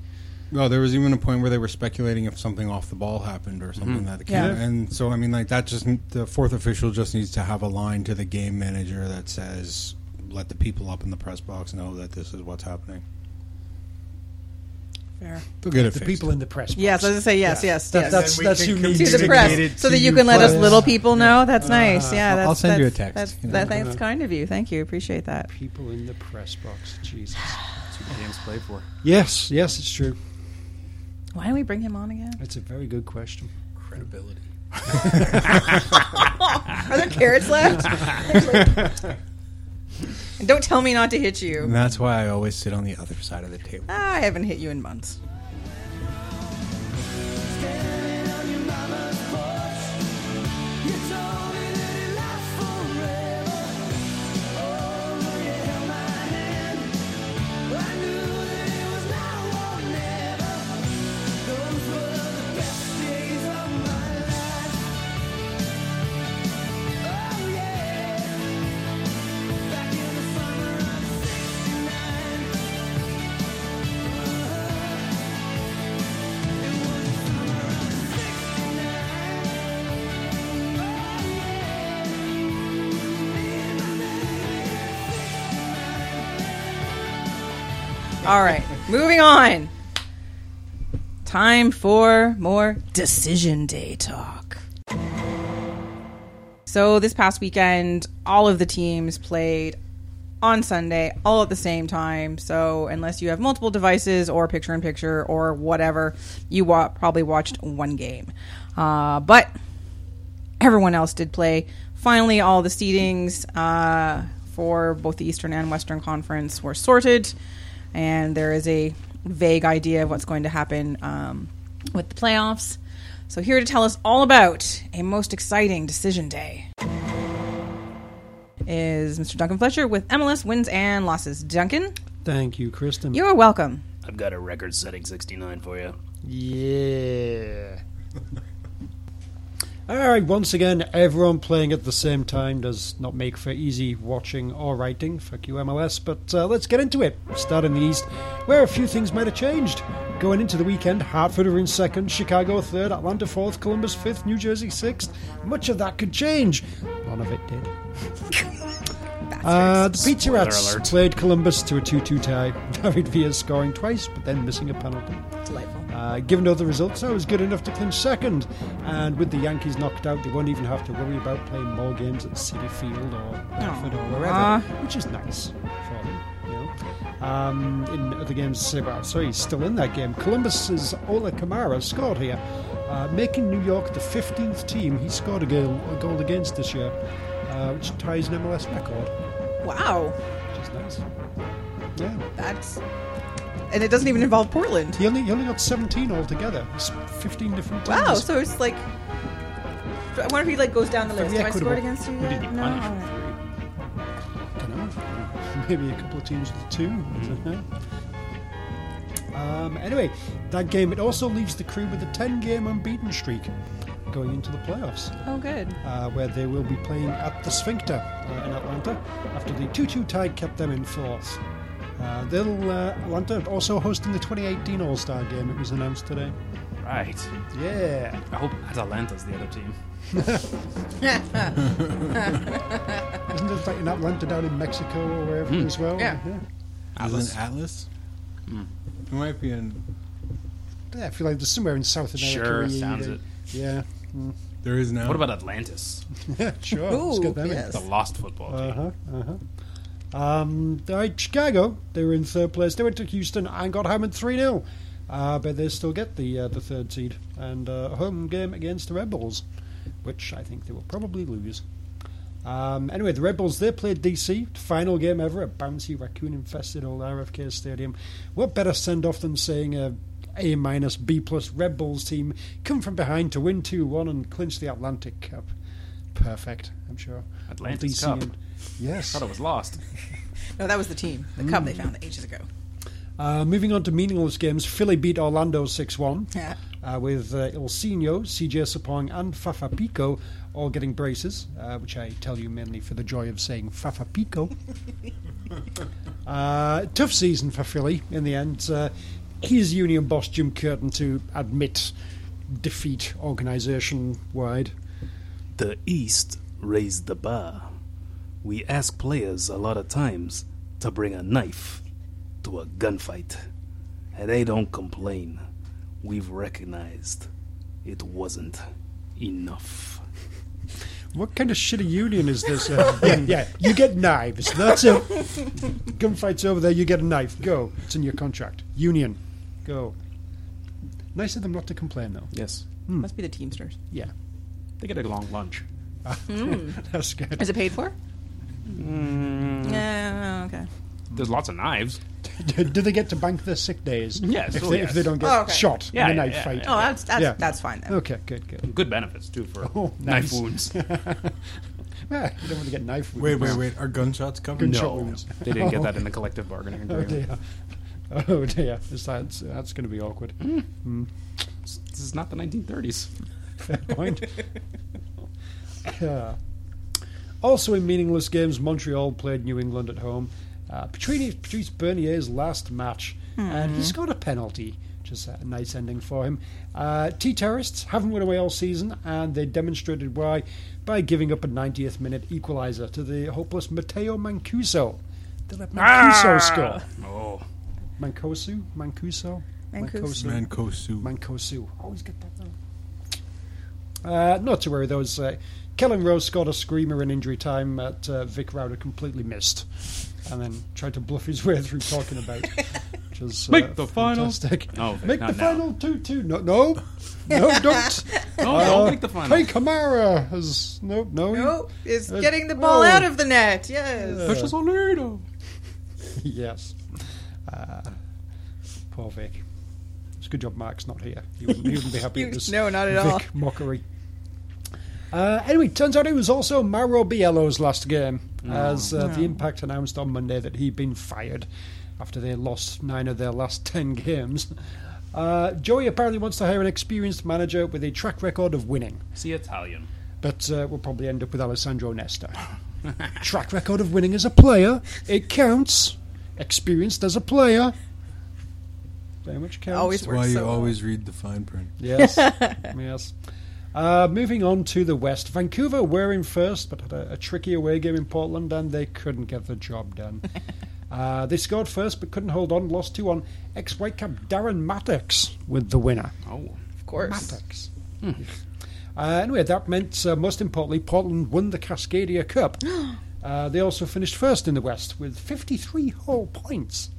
C: Well, there was even a point where they were speculating if something off the ball happened or something
A: Mm-hmm.
C: that the
B: Yeah.
C: camera. And so, I mean, like that just the fourth official just needs to have a line to the game manager that says, "Let the people up in the press box know that this is what's happening."
B: Fair.
C: They'll get it
D: The
C: fixed.
D: people in the press. Box.
B: Yes, I was gonna say yes, yes,
D: That-
B: yes.
D: That's
C: we
D: that's
C: can
D: who needs
B: to
D: to
B: the
D: be
B: press,
C: dedicated
B: so that
C: to
B: you
C: you
B: can let us
C: players.
B: little people know. That's nice. Yeah,
C: I'll-
B: that's,
C: I'll send you a
B: that's-
C: text,
B: That's,
C: you know.
B: that, that's kind of you. Thank you. Appreciate that.
D: People in the press box. Jesus.
A: That's what games play for.
D: Yes, yes, it's true.
B: Why don't we bring him on again?
D: That's a very good question.
E: Credibility.
B: Are there carrots left? and don't tell me not to hit you.
C: and that's why I always sit on the other side of the table.
B: I haven't hit you in months. All right, moving on. Time for more decision day talk. So, this past weekend, all of the teams played on Sunday, all at the same time. So, unless you have multiple devices or picture in picture or whatever, you wa- probably watched one game. Uh, but everyone else did play. Finally, all the seedings uh, for both the Eastern and Western Conference were sorted, and there is a vague idea of what's going to happen um, with the playoffs. So, here to tell us all about a most exciting decision day is Mr. Duncan Fletcher with MLS wins and losses. Duncan,
D: Thank you, Kristen.
B: you're welcome.
F: I've got a record setting 69 for you.
D: Yeah. All right, once again, everyone playing at the same time does not make for easy watching or writing. Fuck you, MLS. But uh, let's get into it. Start in the East, where a few things might have changed. Going into the weekend, Hartford are in second, Chicago third, Atlanta fourth, Columbus fifth, New Jersey sixth. Much of that could change. None of it did.
B: bastards.
D: Uh, the Pizza
A: Spoiler
D: Rats
A: alert.
D: played Columbus to a 2 2 tie. David Villa scoring twice, but then missing a penalty.
B: Delightful.
D: Uh, given other results, I was good enough to clinch second. And with the Yankees knocked out, they won't even have to worry about playing more games at City Field or Bedford or
B: Aw.
D: wherever, which is nice for them. You know. Um, in other games, well, sorry, still in that game. Columbus's Ola Kamara scored here, uh, making New York the 15th team he scored a goal, a goal against this year, uh, which ties an MLS record,
B: Wow,
D: which is nice. Yeah.
B: that's and it doesn't even involve Portland.
D: He only, he only got 17 altogether. It's 15 different teams.
B: Wow, so it's like I wonder if he like goes down the list. Have I scored against you
D: Who did
B: yet?
D: he
B: No.
D: punish?
B: all right.
D: Dunno. Maybe a couple of teams with two. I
A: Mm.
D: don't know. Um, anyway, that game it also leaves the crew with a 10-game unbeaten streak going into the playoffs,
B: Oh, good.
D: uh, where they will be playing at the Sphincter uh, in Atlanta after the 2-2 tie kept them in fourth. Uh, they'll uh, Atlanta also hosting the 2018 All-Star game. It was announced today.
A: Right.
D: Yeah.
A: I hope Atalanta's the other team.
B: Oh,
D: Isn't it like in Atlanta down in Mexico or wherever
A: Hmm.
D: as well?
B: Yeah.
C: Atlas. Atlas. It might be in.
D: Yeah, I feel like there's somewhere in South America.
A: Sure,
D: where you-
A: sounds it.
D: Yeah,
C: There is now.
A: What about Atlantis?
D: sure. let's
B: Ooh,
D: get them in.
B: yes.
A: The lost football team.
D: Uh huh. Uh huh. Um, all right, Chicago. They were in third place. They went to Houston and got hammered three 0 uh, but they still get the uh, the third seed and uh, a home game against the Red Bulls, which I think they will probably lose. Um, anyway, the Red Bulls they played DC final game ever, a bouncy raccoon infested old RFK Stadium. What better send off than saying a A minus B plus Red Bulls team come from behind to win two one and clinch the Atlantic Cup? Perfect, I'm sure.
A: Atlantic
D: DC
A: Cup.
D: and- Yes.
A: Thought it was lost.
B: No, that was the team. The cup they found ages ago.
D: Uh, moving on to meaningless games, Philly beat Orlando 6 1
B: Yeah.
D: uh, with uh, Ilsenio, CJ Sapong, and Fafa Pico all getting braces, uh, which I tell you mainly for the joy of saying Fafa Pico. uh, tough season for Philly in the end. Uh, his union boss, Jim Curtin, to admit defeat organisation wide.
F: The East raised the bar. We ask players a lot of times to bring a knife to a gunfight, and they don't complain. We've recognized it wasn't enough.
D: What kind of shitty union is this? Uh, yeah, yeah, you get knives. That's it. Gunfight's over there, you get a knife. Go. It's in your contract. Union. Go. Nice of them not to complain, though.
A: Yes.
B: Must be the Teamsters.
D: Yeah,
A: They get a long lunch.
D: that's good.
B: Is it paid for?
D: Mm.
B: Yeah. okay.
A: There's lots of knives.
D: Do they get to bank their sick days?
A: Yes,
D: If,
A: oh,
D: they,
A: yes.
D: if they don't get
B: Oh, okay.
D: shot
A: Yeah,
D: in a
A: yeah,
D: knife
A: yeah,
D: fight.
A: yeah.
B: Oh, that's that's,
D: Yeah.
B: that's fine then.
D: Okay, good, good.
A: Good benefits too for
D: Oh,
A: knife
D: nice.
A: wounds.
D: Ah, you don't want to get knife wounds.
C: Wait, wait, wait. Are gunshots covered?
D: Gunshot
A: No,
D: wounds.
A: they didn't get that in the collective bargaining
D: Oh,
A: agreement.
D: dear. Oh, dear. Is that- that's going to be awkward.
A: This is not the 1930s.
D: Fair point. Yeah. Also in meaningless games, Montreal played New England at home. Uh, Patrice, Patrice Bernier's last match, and he scored a penalty. Just a nice ending for him. Uh, T terrorists haven't won away all season, and they demonstrated why by giving up a 90th minute equaliser to the hopeless Matteo Mancuso. They let Mancuso score.
A: Oh,
D: Mancosu? Mancuso?
B: Mancuso.
C: Mancosu.
D: Mancosu. Always get that wrong. Uh, not to worry, those. Uh, Kellen Rose scored a screamer in injury time that uh, Vic Rowder completely missed, and then tried to bluff his way through talking about. Which is, uh,
A: Make the final.
D: fantastic.
A: No, Vic,
D: make
A: not
D: the
A: now.
D: final two two. No, no, no, don't.
A: Oh, no,
D: Uh,
A: don't make the final.
D: Hey, Kamara has no, no.
B: Nope, is
D: Uh,
B: getting the ball
D: oh. Uh,
B: out of the net. Yes.
A: Precious Olero.
D: Yes. Uh, poor Vic. It's a good job Mark's not here. He wouldn't, he wouldn't be happy
B: You-
D: with this.
B: no, not at
D: Vic
B: all.
D: mockery. Uh, anyway, turns out it was also Mauro Biello's last game, as uh,
B: Oh.
D: the Impact announced on Monday that he'd been fired after they lost nine of their last ten games. Uh, Joey apparently wants to hire an experienced manager with a track record of winning,
A: See Italian.
D: but uh, we'll probably end up with Alessandro Nesta. track record of winning as a player, it counts. Experienced as a player, very much counts.
B: Always
C: That's why
B: works
C: you
B: so well.
C: always read the fine print.
D: Yes. yes. Uh, moving on to the West. Vancouver were in first, but had a, a tricky away game in Portland, and they couldn't get the job done. uh, they scored first, but couldn't hold on. Lost 2 1. Ex Whitecap Darren Maddox with the winner.
A: Oh,
B: Of course.
D: Maddox. Uh, anyway, that meant, uh, most importantly, Portland won the Cascadia Cup. Uh, they also finished first in the West with 53 whole points.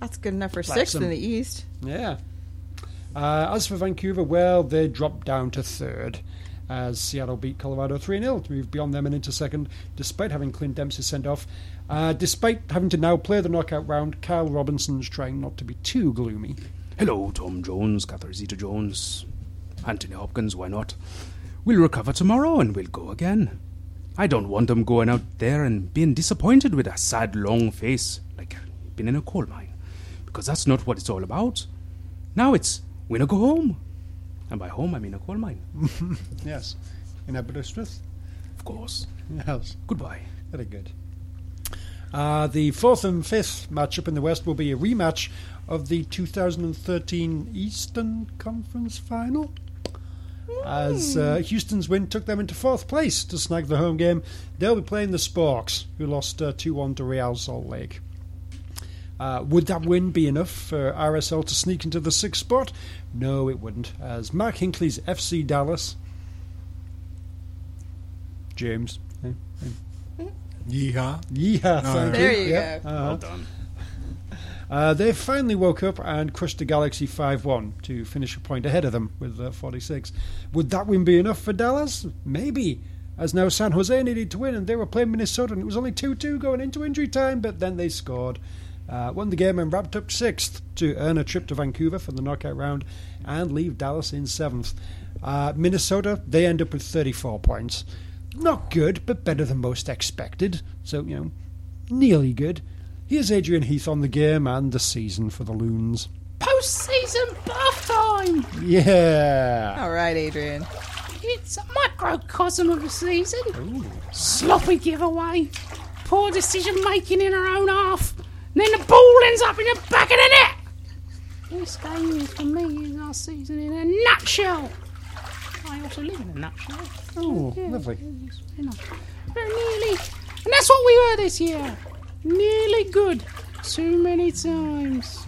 B: That's good enough for
D: Like
B: sixth
D: some-
B: in the East.
D: Yeah. Uh, as for Vancouver, well, they dropped down to third as Seattle beat Colorado 3 0 to move beyond them and into second, despite having Clint Dempsey sent off. Uh, despite having to now play the knockout round, Kyle Robinson's trying not to be too gloomy.
F: Hello, Tom Jones, Catherine Zeta Jones, Anthony Hopkins, why not? We'll recover tomorrow and we'll go again. I don't want them going out there and being disappointed with a sad, long face like I've been in a coal mine, because that's not what it's all about. Now it's winna go home. And by home, I mean a coal mine,
D: Yes. In Aberystwyth?
F: of course.
D: Yes.
F: Goodbye.
D: Very good. Uh, the fourth and fifth matchup in the West will be a rematch of the 2013 Eastern Conference Final. As uh, Houston's win took them into fourth place to snag the home game, they'll be playing the Sparks, who lost 2 1 to Real Salt Lake. Uh, would that win be enough for RSL to sneak into the sixth spot? No, it wouldn't, as Mark Hinckley's FC Dallas. James. eh?
C: Yeehaw.
D: Yeah, thank
B: There you
D: Yeah.
B: go.
A: well done.
D: Uh, they finally woke up and crushed the Galaxy 5 1 to finish a point ahead of them with uh, 46. Would that win be enough for Dallas? Maybe. As now San Jose needed to win and they were playing Minnesota and it was only 2 2 going into injury time, but then they scored. Uh, won the game and wrapped up sixth to earn a trip to Vancouver for the knockout round and leave Dallas in seventh. Uh, Minnesota, they end up with 34 points. Not good, but better than most expected. So, you know, nearly good. Here's Adrian Heath on the game and the season for the Loons.
E: Postseason bath time!
D: Yeah.
B: All right, Adrian.
E: It's a microcosm of the season. Sloppy giveaway, poor decision making in her own half, and then the ball ends up in the back of the net. This game is for me is our season in a nutshell. I also live in a nutshell.
D: Oh, lovely.
E: It's very nice. Very nearly, and that's what we were this year. Nearly good, too many times.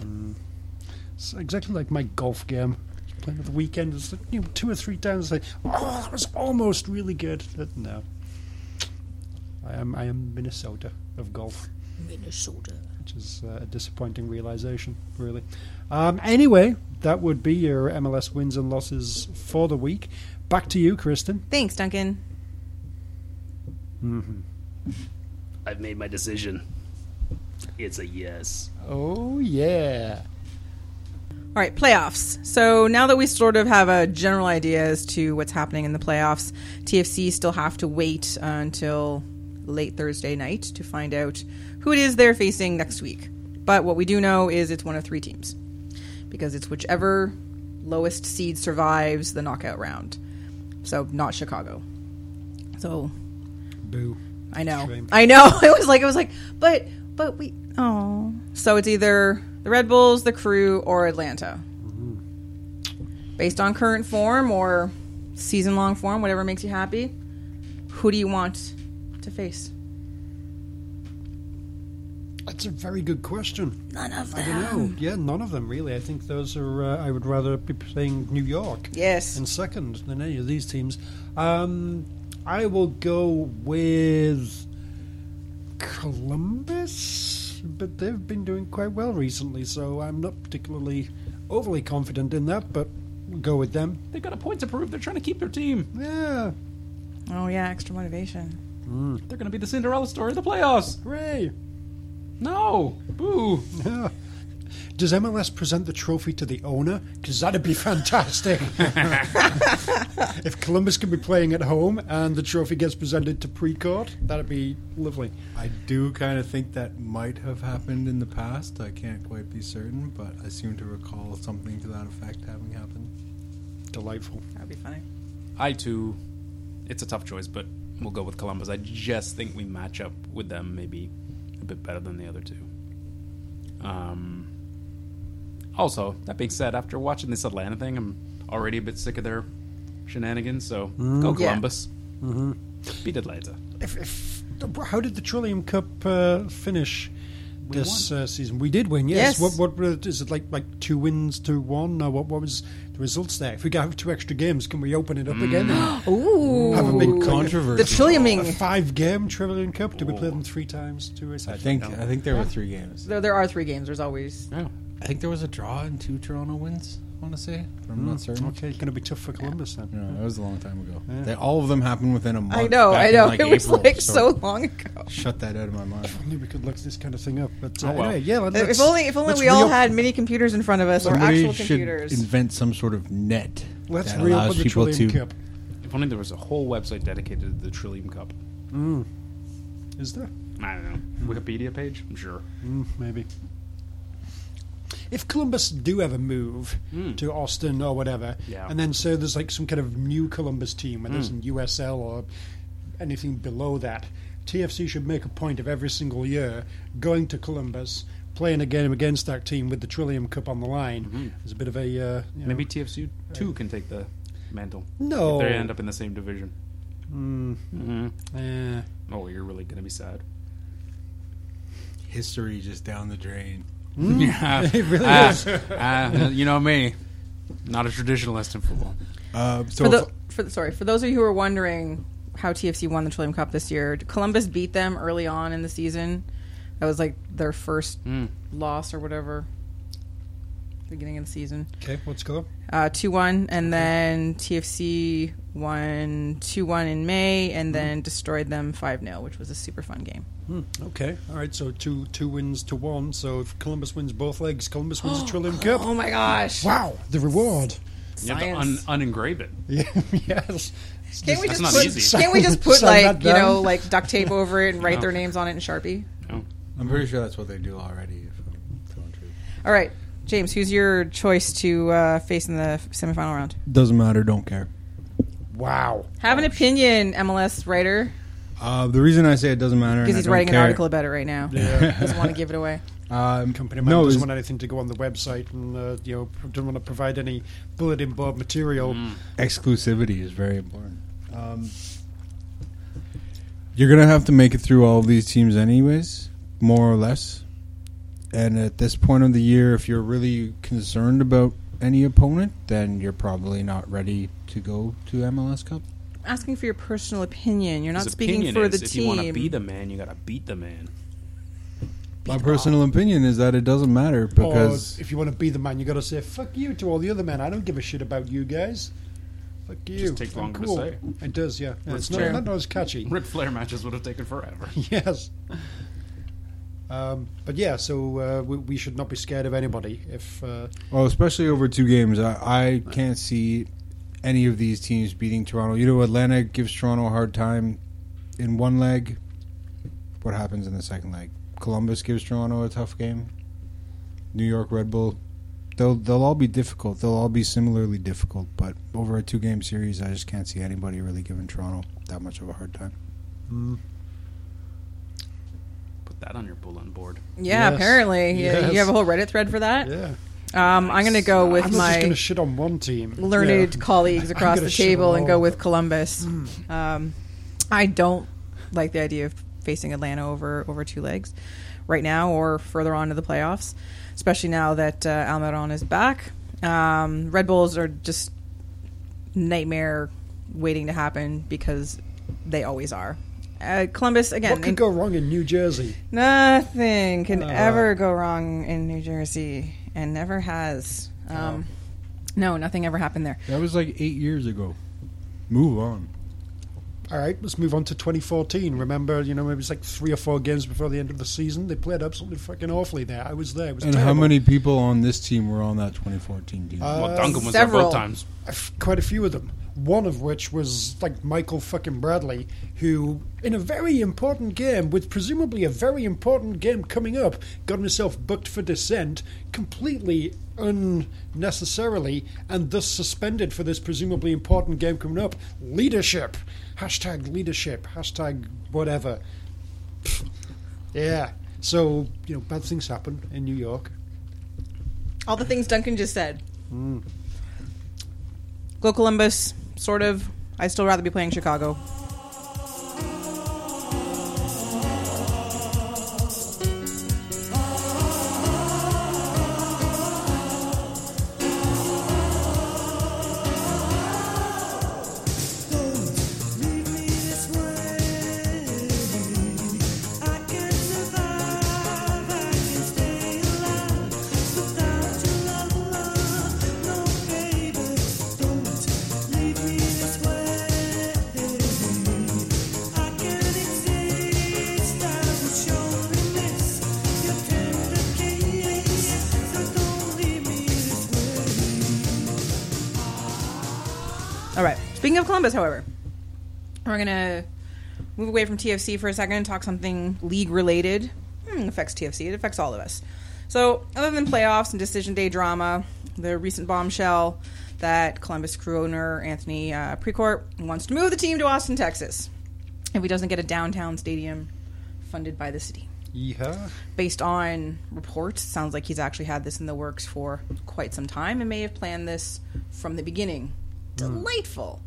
D: It's exactly like my golf game. Playing at the weekend, it's like, you know, two or three times. Like, oh, that was almost really good. But no, I am I am Minnesota of golf. Minnesota, which is uh, a disappointing realization, really. Um, anyway, that would be your MLS wins and losses for the week. Back to you, Kristen.
B: Thanks, Duncan.
F: I've made my decision. It's a yes.
D: Oh yeah.
B: All right, playoffs. So now that we sort of have a general idea as to what's happening in the playoffs, TFC still have to wait uh, until late Thursday night to find out who it is they're facing next week. But what we do know is it's one of three teams because it's whichever lowest seed survives the knockout round. So not Chicago. So
D: Boo.
B: I know.
D: Shame.
B: I know. It was like it was like, but but we oh. So it's either the Red Bulls, the Crew, or Atlanta. Based on current form or season long form, whatever makes you happy. Who do you want to face?
D: That's a very good question.
B: None of
D: I don't know. Yeah, none of them really. I think those are. Uh, I would rather be playing New York
B: Yes.
D: in second than any of these teams. Um, I will go with Columbus, but they've been doing quite well recently, so I'm not particularly overly confident in that. But we'll go with them.
A: They got a point to prove. They're trying to keep their team.
D: Yeah,
B: Oh yeah, extra motivation.
A: They're going to be the Cinderella story of the playoffs.
D: hooray!
A: No, boo.
D: Yeah. Does MLS present the trophy to the owner? Because that'd be fantastic. if Columbus can be playing at home and the trophy gets presented to pre-court, that'd be lovely.
C: I do kind of think that might have happened in the past. I can't quite be certain, but I seem to recall something to that effect having happened.
D: Delightful.
B: That'd be funny.
A: I too. It's a tough choice, but we'll go with Columbus. I just think we match up with them maybe a bit better than the other two. Um. Also, that being said, after watching this Atlanta thing, I'm already a bit sick of their shenanigans. So go
B: Yeah.
A: Columbus. Beat Atlanta.
D: If, if, how did the Trillium Cup uh, finish this uh, season? We did win, yes.
B: Yes.
D: What, what is it like? Like two wins to one? Or what, what was the results there? If we have two extra games, can we open it up again?
C: Mm.
B: Ooh.
D: have a big
C: Controversy.
B: The
D: A
B: Trilliuming.
D: five-game Trillium Cup. Did we play them three times? Two or
C: Oh. I
D: something?
C: think uh, I think there were three games.
B: There, there are three games. There's always.
C: I think there was a draw and two Toronto wins. I want to say, but I'm not certain.
D: Okay, it's going to be tough for Columbus then.
C: No, that was a long time ago. They, all of them happened within a month.
B: I know,
C: back
B: I
C: in,
B: know.
C: like,
B: it was
C: April,
B: like so long ago.
C: Shut that out of my mind.
D: Maybe we could look this kind of thing up. But uh,
A: Oh, well.
D: anyway, yeah, let- let's,
B: if only, if only
D: let's
B: we all
D: reop-
B: had mini computers in front of us or
C: Somebody
B: actual
C: should
B: computers.
C: invent some sort of net
D: Let's
C: that
D: reopen
C: allows
D: the
C: people
D: Trillium
C: to.
D: Cup.
A: If only there was a whole website dedicated to the Trillium Cup.
D: Is there?
A: I don't know. Wikipedia page? Sure.
D: Mm, maybe. If Columbus do ever move to Austin or whatever,
A: Yeah.
D: and then say there's like some kind of new Columbus team and there's an USL or anything below that, TFC should make a point of every single year going to Columbus, playing a game against that team with the Trillium Cup on the line. There's a bit of a uh, you
A: Maybe TFC too can take the mantle.
D: No.
A: If they end up in the same division.
D: know, eh,
A: Oh, you're really going to be sad.
C: History just down the drain.
A: Yeah.
D: it really
A: Ah,
D: is.
A: ah, you know me. Not a traditionalist in football.
C: Uh,
B: for,
C: so if-
B: the, for the- sorry, for those of you who are wondering how TFC won the Trillium Cup this year, Columbus beat them early on in the season. That was like their first
C: Hmm.
B: loss or whatever. Beginning of the season,
D: Okay, let's go.
B: uh, two one, and then TFC won two one in May,
C: Hmm.
B: and then destroyed them five 0 which was a super fun game.
D: Okay, all right. So two two wins to one. So if Columbus wins both legs, Columbus wins the Trillium Cup.
B: Oh my gosh!
D: Wow, the reward.
A: You have to un-
B: Science.
A: unengrave it.
D: yes.
B: Can't we
A: That's
B: just
A: not
B: put,
A: easy.
B: can't we just put
D: Sign that
B: like you know
D: down.
B: like duct tape over it and write their names on it in Sharpie?
C: I'm pretty sure that's what they do already. If I'm telling the truth.
B: All right, James, who's your choice to uh, face in the semifinal round?
C: Doesn't matter. Don't care.
D: Wow.
B: Have an opinion, MLS writer,
C: Uh, the reason I say it doesn't matter
B: because
C: and I
B: he's
C: don't
B: writing
C: care-
B: an article about it right now. Doesn't want to give it away.
C: Um,
D: Company man
C: no,
D: doesn't
C: it's-
D: want anything to go on the website, and uh, you know p- doesn't want to provide any bulletin board material.
A: Mm.
C: exclusivity is very important. Um, you're gonna have to make it through all of these teams, anyways, more or less. And at this point of the year, if you're really concerned about any opponent, then you're probably not ready to go to MLS Cup.
B: Asking for your personal opinion. You're not
A: His
B: speaking
A: opinion
B: for
A: is,
B: the
A: if
B: team.
A: you want to be the man, you got to beat the man.
C: My personal opinion is that it doesn't matter because
D: or if you want to be the man, you got to say "fuck you" to all the other men. I don't give a shit about you guys. Fuck you.
A: takes
D: I'm
A: longer to
D: cool.
A: say.
D: It does, yeah. Yeah, it's not,
A: true.
D: not, not as catchy.
A: Ric Flair matches would have taken forever.
D: yes. Um, but yeah, so uh, we, we should not be scared of anybody. If uh,
C: Well, especially over two games, I, I can't see any of these teams beating Toronto. You know, Atlanta gives Toronto a hard time in one leg. What happens in the second leg? Columbus gives Toronto a tough game. New York Red Bull. They'll they'll all be difficult. They'll all be similarly difficult. But over a two game series, I just can't see anybody really giving Toronto that much of a hard time.
A: Put that on your bulletin board.
B: yeah,
D: Yes.
B: apparently. Yeah,
D: Yes.
B: You have a whole Reddit thread for that?
D: yeah,
B: Um, I'm going to go with
D: I'm not just
B: my
D: going to shit on one team.
B: learned
D: Yeah.
B: colleagues
D: I'm
B: across
D: gonna
B: the
D: shit
B: table
D: on
B: and
D: all
B: go
D: of Mm.
B: with Columbus. Um, I don't like the idea of facing Atlanta over over two legs right now or further on to the playoffs, especially now that uh, Almiron is back. Um, Red Bulls are just nightmare waiting to happen because they always are. Uh, Columbus again.
D: What
B: in-
D: could go wrong in New Jersey?
B: Nothing can
D: Uh,
B: ever go wrong in New Jersey, and never has. Um, No, nothing ever happened there.
C: That was like eight years ago. Move on.
D: All right, let's move on to 2014. Remember, you know, maybe it's like three or four games before the end of the season. They played absolutely fucking awfully there. I was there. It was
C: And how
D: terrible.
C: many people on this team were on that 2014 team?
A: well, Duncan was there
B: Uh, several.
A: both times.
D: F- Quite a few of them. One of which was like Michael fucking Bradley, who, in a very important game, with presumably a very important game coming up, got himself booked for dissent completely unnecessarily and thus suspended for this presumably important game coming up. Leadership. Hashtag leadership. Hashtag whatever. Yeah. So, you know, bad things happen in New York.
B: All the things Duncan just said. Go Columbus, sort of. I'd still rather be playing Chicago. All right. Speaking of Columbus, however, we're gonna move away from TFC for a second and talk something league related. Hmm, affects TFC. It affects all of us. So, other than playoffs and decision day drama, the recent bombshell that Columbus crew owner Anthony uh, Precourt wants to move the team to Austin, Texas, if he doesn't get a downtown stadium funded by the city.
D: Yeehaw.
B: Based on reports, it sounds like he's actually had this in the works for quite some time and may have planned this from the beginning. Delightful.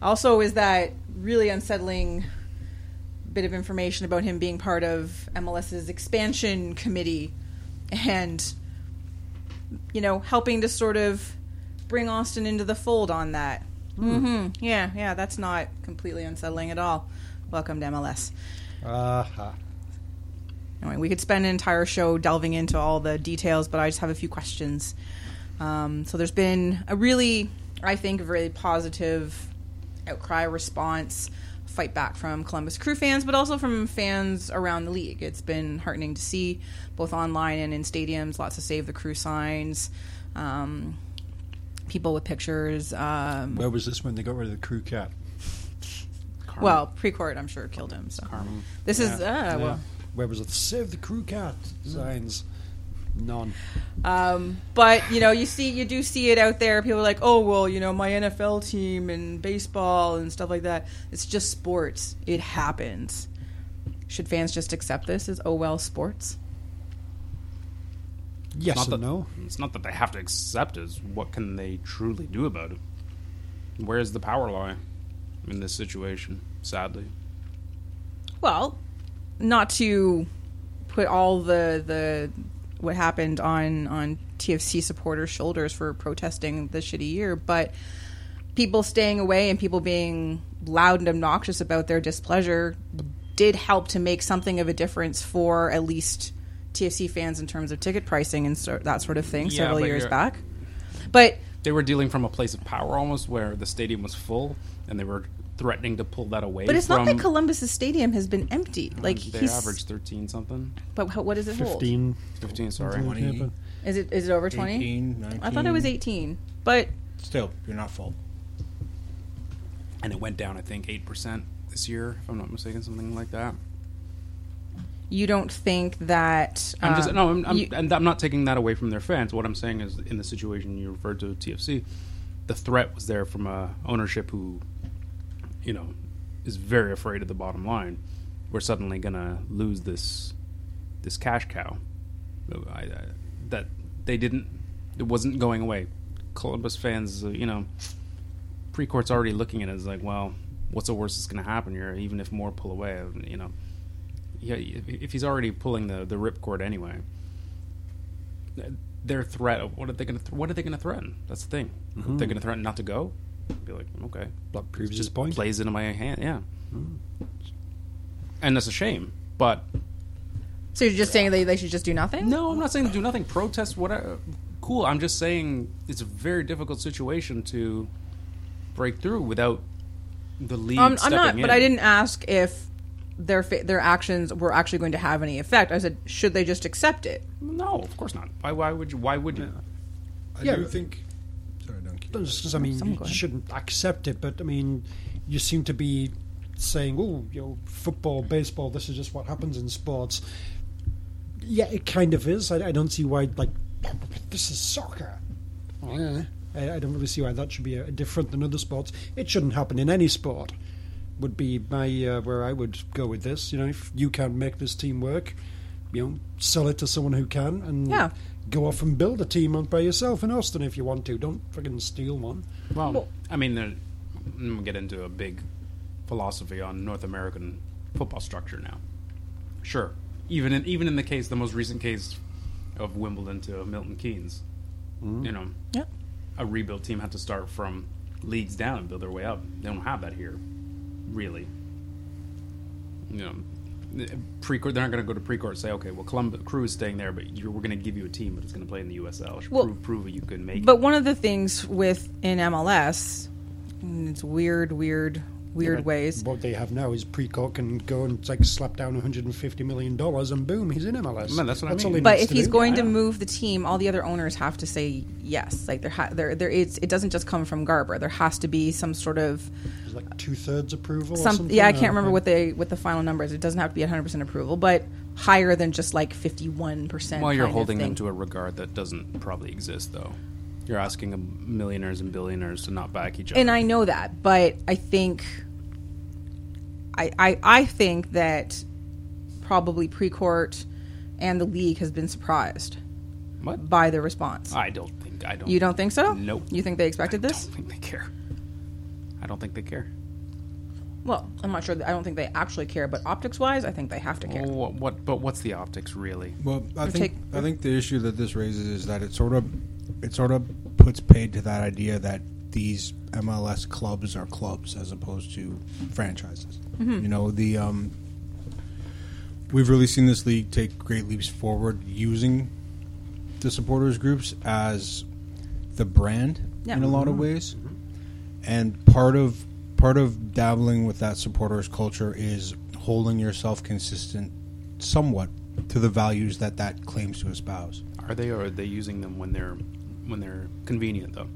B: Also, is that really unsettling bit of information about him being part of MLS's expansion committee and, you know, helping to sort of bring Austin into the fold on that. hmm Yeah, yeah, that's not completely unsettling at all. Welcome to MLS.
D: Aha.
B: Anyway, we could spend an entire show delving into all the details, but I just have a few questions. Um, so there's been a really, I think, a really positive outcry response, fight back from Columbus Crew fans, but also from fans around the league. It's been heartening to see, both online and in stadiums, lots of Save the Crew signs, um, people with pictures. Um,
D: Where was this when they got rid of the crew cat?
B: well, pre-court, I'm sure, killed him. So this is, uh,
D: Yeah.
B: well,
D: Where was it? Save the crew cat signs. None.
B: Um, but you know, you see, you do see it out there. People are like, oh well, you know, my NFL team and baseball and stuff like that. It's just sports. It happens. Should fans just accept this as oh well, sports?
D: Yes
A: not
D: and
A: that-
D: no.
A: It's not that they have to accept it. It's what can they truly do about it? Where's the power lie in this situation? Sadly,
B: Well, not to put all the the what happened on on TFC supporters' shoulders for protesting the shitty year, but people staying away and people being loud and obnoxious about their displeasure did help to make something of a difference for at least TFC fans in terms of ticket pricing and so, that sort of thing
A: Yeah,
B: several
A: but
B: years
A: you're-
B: back. But
A: they were dealing from a place of power almost, where the stadium was full, and they were threatening to pull that away.
B: but it's
A: from
B: not that Columbus's stadium has been empty. Like
A: they
B: he's,
A: averaged thirteen something,
B: but what- what does it hold?
D: 15.
A: fifteen. Sorry,
C: Twenty,
B: Is it is it over twenty?
C: 18, 19.
B: I thought it was 18, but
C: Still, you're not full.
A: and it went down. I think eight percent this year, if I'm not mistaken, something like that.
B: you don't think that.
A: I'm just
B: um,
A: no, I'm, I'm,
B: you-
A: and I'm not taking that away from their fans. What I'm saying is, in the situation you referred to, TFC, the threat was there from a ownership who, you know, is very afraid of the bottom line. We're suddenly gonna lose this this cash cow. I, I, that they didn't, it wasn't going away. Columbus fans, uh, you know, pre-court's already looking at it as like, well, what's the worst that's gonna happen here? Even if more pull away, you know yeah, if if he's already pulling the the ripcord anyway, their threat of what are they going to th- what are they going to threaten? That's the thing. They're going to threaten not to go. Be like, okay, blah,
D: Proves his
A: just
D: point.
A: plays into my hand, yeah. And that's a shame. But
B: so you're just saying they, they should just do nothing?
A: no, I'm not saying do nothing. Protest whatever. Cool. I'm just saying it's a very difficult situation to break through without the league.
B: Um, I'm
A: stepping
B: not, but
A: in.
B: I didn't ask if their fa- their actions were actually going to have any effect. I said, should they just accept it?
A: No, of course not. Why? Why would you? Why would you?
C: I
D: Yeah,
C: do
D: but-
C: think. Sorry, Donkey.
D: Those- 'cause, I mean,
B: Someone go
D: you
B: ahead.
D: shouldn't accept it, but I mean, you seem to be saying, "Oh, you know, football, baseball. This is just what happens in sports." Yeah, it kind of is. I, I don't see why, like, this is soccer. I, Oh, I don't really see why that should be uh different than other sports. It shouldn't happen in any sport. Would be my uh, where I would go with this. You know, if you can't make this team work, you know, sell it to someone who can, and
B: Yeah.
D: go off and build a team on by yourself in Austin if you want to. Don't fucking steal one.
A: Well, I mean, there- I'm gonna get into a big philosophy on North American football structure now. Sure, even in even in the case, the most recent case of Wimbledon to Milton Keynes, you know,
B: Yeah.
A: a rebuild team had to start from leagues down and build their way up. They don't have that here, really. You know, pre court. They're not going to go to pre court and say, okay, well, Columbus Crew is staying there, but you're, we're going to give you a team, but it's going to play in the USL.
B: Well-
A: prove, prove that you can make.
B: But one of the things with in MLS, and it's weird, weird, weird ways.
D: What they have now is Precock can go and like slap down 150 million dollars and boom, he's in MLS.
A: Man, that's what I
D: all
A: mean.
D: he
B: But
D: needs
B: if
D: to
B: he's
D: do.
B: going to move the team, all the other owners have to say yes. Like there, ha- there, there. It's it doesn't just come from Garber. There has to be some sort of
D: It's like two thirds approval. or
B: some.
D: something?
B: Yeah, I can't
D: Oh,
B: remember
D: okay.
B: what they what the final number is. It doesn't have to be 100 percent approval, but higher than just like 51 percent.
A: Well, you're holding them to a regard that doesn't probably exist, though. You're asking um, millionaires and billionaires to not back each other.
B: and I know that, but I think I I, I think that probably pre-court and the league has been surprised
A: what?
B: by the response.
A: I don't think I don't.
B: you don't think so?
A: Nope.
B: You think they expected
A: I
B: this?
A: don't think they care. I don't think they care.
B: Well, I'm not sure. that- I don't think they actually care, but optics-wise, I think they have to care.
A: Well, what, what? But what's the optics really?
C: Well, I
B: Or
C: think
B: take-
C: I think the issue that this raises is that it sort of it sort of puts paid to that idea that these MLS clubs are clubs as opposed to franchises.
B: Mm-hmm.
C: You know, the um, we've really seen this league take great leaps forward using the supporters groups as the brand
B: Yeah.
C: in a lot of ways. And part of part of dabbling with that supporters culture is holding yourself consistent somewhat to the values that that claims to espouse.
A: Are they or are they using them when they're when they're convenient though?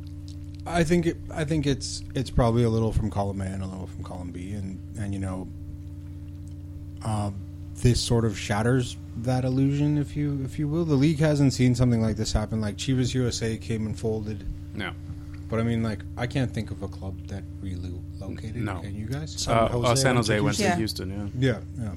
C: I think it, I think it's it's probably a little from column A and a little from column B, and and you know, um, this sort of shatters that illusion, if you if you will. The league hasn't seen something like this happen. Like Chivas USA came and folded,
A: No.
C: but I mean, like I can't think of a club that relocated.
A: No.
C: Can you guys?
A: Uh, oh, San Jose
D: went
A: went
D: to
A: to
B: Yeah.
A: Houston. Yeah.
C: Yeah, yeah.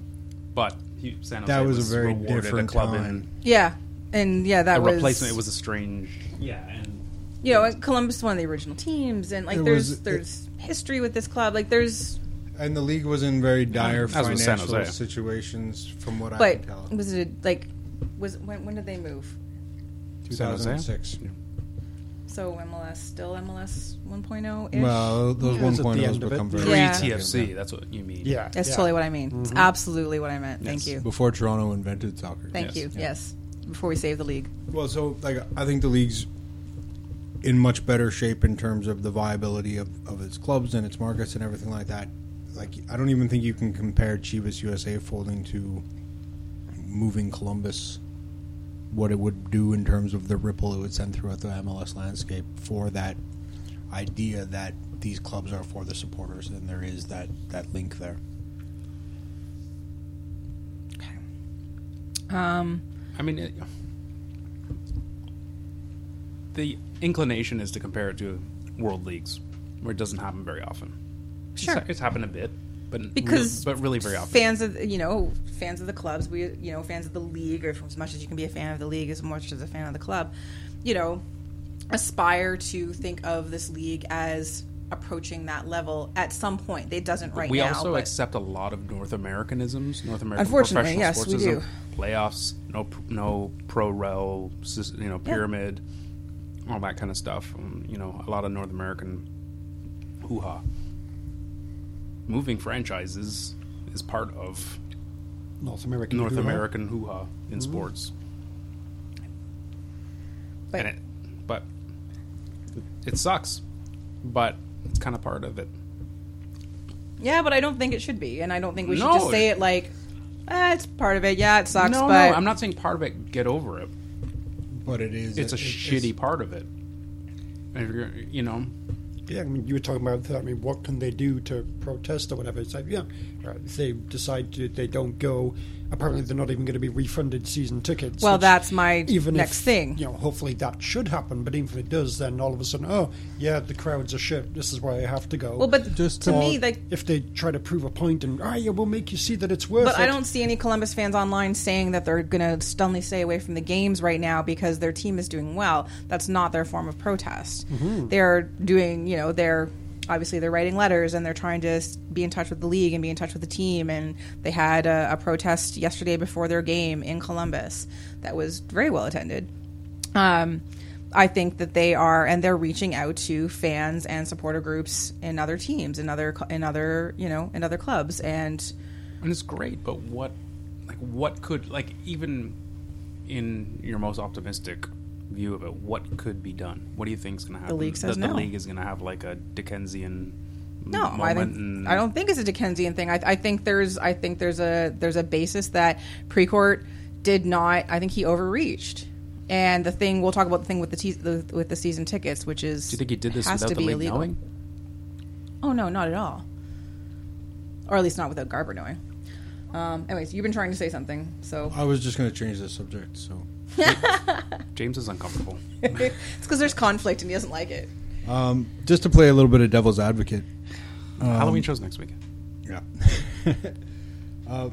A: But he, San Jose
C: That was, a very
A: rewarded
C: different
A: a club
C: time.
B: Yeah, and yeah, that
A: and a
B: was
A: replacement. It was a strange. Yeah, and
B: you know, and Columbus, one of the original teams, and like
C: It
B: there's
C: was-
B: there's history with this club. Like there's,
C: And the league was in very dire
A: As was San
C: financial
A: Jose.
C: situations, from what I
B: but
C: can tell.
B: was it like was when when did they move?
A: San Jose?
C: 2006.
B: So MLS still MLS 1.0 ish.
C: Well, those
D: Yeah. It was
C: one
D: at the
C: point
D: end of it.
C: become very
A: pre
B: Yeah.
A: TFC. That's what you mean.
D: Yeah,
B: that's
D: yeah.
B: totally what I mean. It's
C: Mm-hmm.
B: absolutely what I meant. Thank you,
C: Before Toronto invented soccer.
A: Yes.
B: thank you.
A: Yeah.
B: Yes, before we save the league.
C: Well, so like I think the league's in much better shape in terms of the viability of, of its clubs and its markets and everything like that. Like I don't even think you can compare Chivas USA folding to moving Columbus what it would do in terms of the ripple it would send throughout the MLS landscape for that idea that these clubs are for the supporters and there is that, that link there.
B: Um,
A: I mean, it, the inclination is to compare it to world leagues, where it doesn't happen very often. It's-
B: Sure.
A: it's, happened a bit, but n-
B: Because
A: real- but really very often.
B: fans of you know fans of the clubs we you know fans of the league or as much as you can be a fan of the league as much as a fan of the club you know aspire to think of this league as approaching that level at some point it doesn't right
A: we
B: now
A: also
B: but-
A: accept a lot of North Americanisms, North American
B: Unfortunately,
A: professional
B: yes, we
A: sportsism, playoffs, no pr- no pro rel, sys- you know, pyramid, all that kind of stuff. Um, you know, a lot of North American hoo ha. Moving franchises is part of
D: North American.
A: North
D: hoo-ha.
A: American Mm-hmm. hoo ha in sports.
B: but
A: and it, but it sucks, but it's kind of part of it.
B: yeah but i don't think it should be and i don't think we should
A: No.
B: just say it like ah, it's part of it yeah it sucks
A: no,
B: but
A: no, I'm not saying part of it. Get over it.
C: But it is
A: It's a
C: it-
A: shitty part of it. If you're, you know,
D: Yeah, I mean, you were talking about that. I mean, what can they do to protest or whatever? It's like, yeah, right, if they decide to, they don't go, apparently they're not even going to be refunded season tickets.
B: Well,
D: which
B: that's my
D: even
B: next
D: if,
B: thing.
D: You know, hopefully that should happen, but even if it does, then all of a sudden, oh, yeah, the crowds are shit. This is why I have to go.
B: well but
C: Just
B: to
C: to-
B: me like
D: if they try to prove a point and ah, yeah, we'll make you see that it's worth
B: But
D: it.
B: I don't see any Columbus fans online saying that they're going to stubbornly stay away from the games right now because their team is doing well. That's not their form of protest. They're doing, you know, they're obviously they're writing letters and they're trying to s- be in touch with the league and be in touch with the team. And they had a, a protest yesterday before their game in Columbus that was very well attended. Um, I think that they are, and they're reaching out to fans and supporter groups in other teams, in other, cl- in other, you know, in other clubs, and
A: and it's great but what like what could like even in your most optimistic view of it what could be done what do you think's going to happen
B: league says
A: that the
B: no.
A: league is going to have like a dickensian
B: No,
A: moment
B: I think
A: and,
B: I don't think it's a Dickensian thing. I, I think there's I think there's a there's a basis that Precourt did not. I think he overreached. And the thing we'll talk about the thing with the, te- the with the season tickets, which is
A: do you think he did this
B: has
A: without
B: to
A: the
B: be
A: league
B: illegal.
A: knowing
B: Oh no, not at all. Or at least not without Garber knowing. Um, anyways, you've been trying to say something, so
C: I was just going to change the subject, so.
A: james is uncomfortable
B: it's because there's conflict and he doesn't like it.
C: Um, just to play a little bit of devil's advocate.
A: halloween shows next weekend
C: Yeah. uh,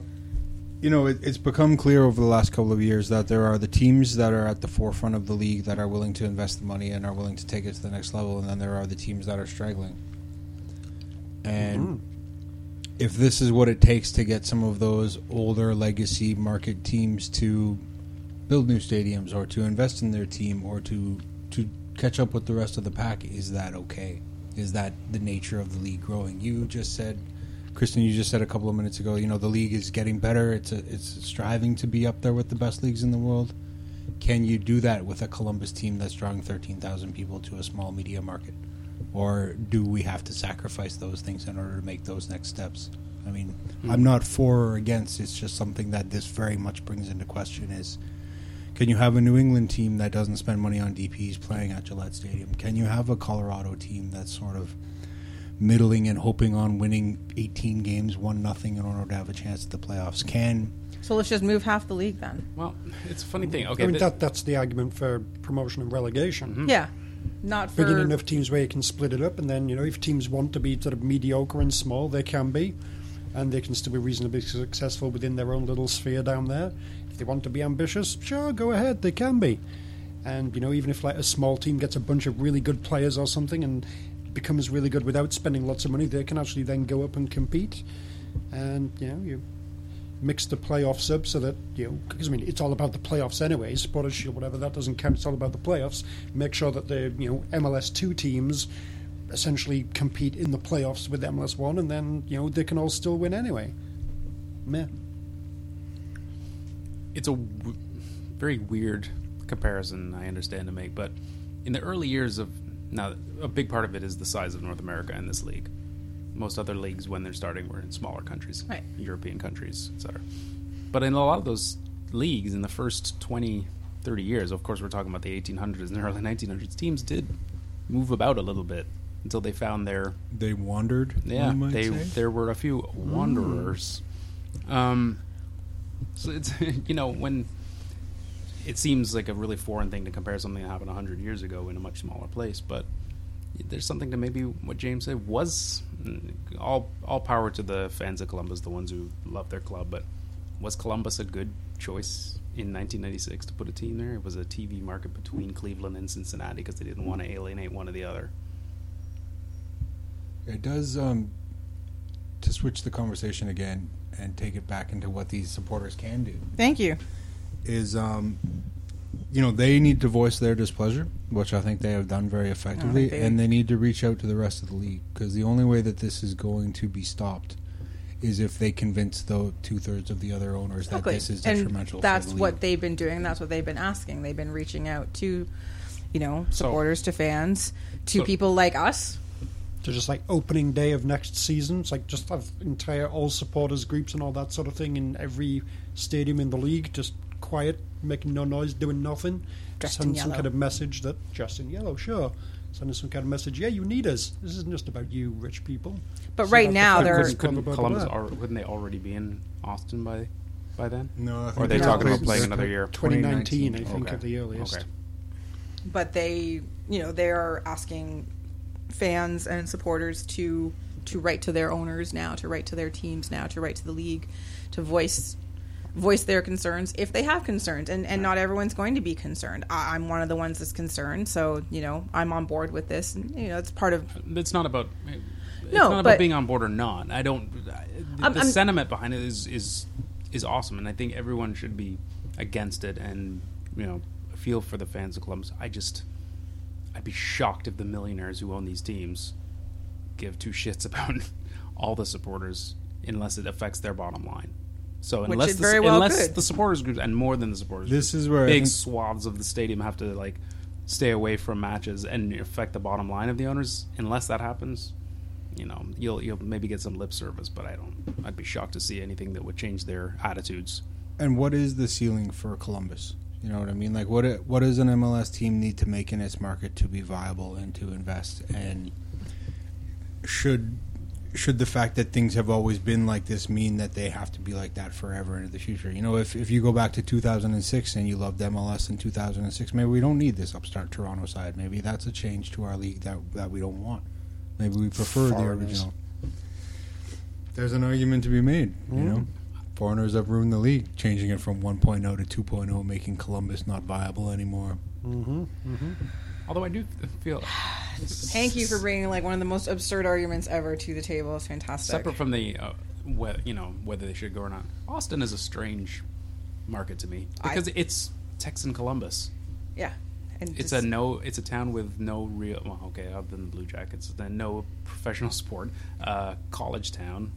C: you know, it, it's become clear over the last couple of years that there are the teams that are at the forefront of the league that are willing to invest the money and are willing to take it to the next level, and then there are the teams that are struggling. And if this is what it takes to get some of those older legacy market teams to build new stadiums or to invest in their team or to to catch up with the rest of the pack, is that okay? Is that the nature of the league growing? You just said, Kristen, you just said a couple of minutes ago. You know, the league is getting better. It's a, it's striving to be up there with the best leagues in the world. Can you do that with a Columbus team that's drawing thirteen thousand people to a small media market? or do we have to sacrifice those things in order to make those next steps? I mean, I'm not for or against. It's just something that this very much brings into question is can you have a New England team that doesn't spend money on DPs playing at Gillette Stadium? Can you have a Colorado team that's sort of middling and hoping on winning 18 games, one nothing in order to have a chance at the playoffs? Can
B: So let's just move half the league then.
A: well it's a funny thing okay
D: I mean,
A: thi-
D: that, that's the argument for promotion and relegation.
A: Hmm.
B: Yeah, not for
D: Bringing enough teams where you can split it up, and then, you know, if teams want to be sort of mediocre and small, they can be, and they can still be reasonably successful within their own little sphere down there. If they want to be ambitious, sure, go ahead, they can be. And, you know, even if like a small team gets a bunch of really good players or something and becomes really good without spending lots of money, they can actually then go up and compete. And, you know, you mix the playoffs up so that you know because I mean it's all about the playoffs anyway. Supporters Shield, whatever that doesn't count. It's all about the playoffs. Make sure that the you know MLS two teams essentially compete in the playoffs with MLS one, and then you know they can all still win anyway. Meh.
A: it's a w- very weird comparison I understand to make, but in the early years of now, a big part of it is the size of North America in this league. Most other leagues, when they're starting, were in smaller countries,
B: Right.
A: European countries, etc. But in a lot of those leagues, in the first 20, 30 years, of course, we're talking about the 1800s and early 1900s, teams did move about a little bit until they found their
C: they wandered?
A: yeah,
C: one might
A: they
C: say? Mm.
A: there were a few wanderers. Um, so it's you know when it seems like a really foreign thing to compare something that happened hundred years ago in a much smaller place, but there's something to maybe what James said was mm, all all power to the fans of Columbus, the ones who love their club. But was Columbus a good choice in 1996 to put a team there? It was a TV market between Cleveland and Cincinnati because they didn't want to alienate one or the other.
C: It does um, to switch the conversation again and take it back into what these supporters can do
B: Thank you.
C: is um, you know they need to voice their displeasure, which I think they have done very effectively,
B: they-
C: and they need to reach out to the rest of the league because the only way that this is going to be stopped is if they convince the two thirds of the other owners that this is detrimental.
B: And that's
C: for the
B: what
C: league.
B: they've been doing. That's what they've been asking. They've been reaching out to, you know, supporters, to fans, to
A: so-
B: people like us.
D: So just like opening day of next season, it's like just have entire all supporters groups and all that sort of thing in every stadium in the league, just quiet, making no noise, doing nothing.
B: Dressed
D: send
B: in
D: some
B: yellow.
D: kind of message that dressed in yellow, sure. Send us some kind of message. Yeah, you need us. This isn't just about you, rich people.
B: But
D: It's
B: right
D: about the
B: now
D: fans,
B: they're-
D: blah,
A: couldn't, couldn't
D: blah, blah,
A: Columbus
D: blah.
A: al- wouldn't they already be in Austin by by then?
C: No, I think
A: Or are they
C: they're
A: talking about
D: already-
A: playing another year?
D: 2019, I
C: 2019,
D: think,
A: okay.
D: at the earliest.
A: Okay.
B: But they, you know, they are asking fans and supporters to to write to their owners now, to write to their teams now, to write to the league, to voice voice their concerns if they have concerns, and and not everyone's going to be concerned. I, I'm one of the ones that's concerned, so you know I'm on board with this. And, you know, it's part of
A: It's not about. It's
B: No,
A: not
B: but-
A: about being on board or not. I don't. I, the
B: I'm-
A: the
B: I'm-
A: sentiment behind it is is is awesome, and I think everyone should be against it, and you know, feel for the fans of Columbus. I just, I'd be shocked if the millionaires who own these teams give two shits about all the supporters unless it affects their bottom line. So
B: Which
A: unless
B: it
A: the,
B: very well
A: unless
B: could.
A: the supporters groups and more than the supporters,
C: This
A: groups,
C: is where I
A: big
C: think-
A: swaths of the stadium have to like stay away from matches and affect the bottom line of the owners. Unless that happens, you know, you'll you'll maybe get some lip service, but I don't. I'd be shocked to see anything that would change their attitudes.
C: And what is the ceiling for Columbus? You know what I mean? Like, what what does an MLS team need to make in its market to be viable and to invest? And should should the fact that things have always been like this mean that they have to be like that forever into the future? You know, if if you go back to 2006 and you loved MLS in 2006, maybe we don't need this upstart Toronto side. Maybe that's a change to our league that that we don't want. Maybe we prefer the
D: Foreigners.
C: original. There's an argument to be made, you know. Foreigners have ruined the league, changing it from 1.0 to 2.0, making Columbus not viable anymore.
A: Although I do feel
B: Thank you for bringing like one of the most absurd arguments ever to the table. It's fantastic.
A: separate from the uh, whe- you know whether they should go or not. Austin is a strange market to me
B: I-
A: because it's Texan Columbus.
B: yeah, and
A: It's a
B: just-
A: no. It's a town with no real. Well, okay, other than the Blue Jackets, then no professional sport. Uh, college town,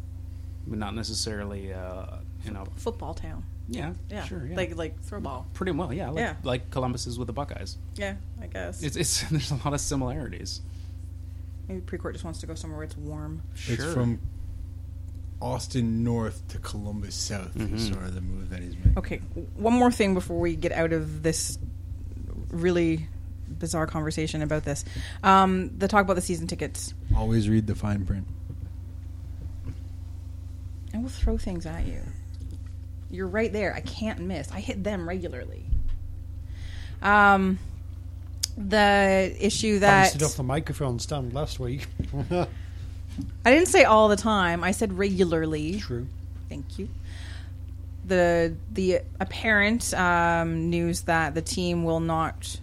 A: but not necessarily. Uh, you know,
B: football town.
A: yeah,
B: Yeah,
A: sure, yeah.
B: like like throw ball.
A: pretty well, yeah, like,
B: Yeah.
A: like Columbus is with the Buckeyes.
B: Yeah, I guess
A: It's, it's there's a lot of similarities.
B: maybe Precourt just wants to go somewhere where it's warm.
A: Sure.
C: It's from Austin North to Columbus South
A: Mm-hmm.
C: is sort of the move that he's making.
B: Okay, one more thing before we get out of this really bizarre conversation about this. Um, the talk about the season tickets.
C: Always read the fine print.
B: I will throw things at you. You're right there. I can't miss. I hit them regularly. Um, the issue that
D: bounced it off the microphone stand last week.
B: I didn't say all the time. I said regularly.
D: True.
B: Thank you. The the apparent um, news that the team will not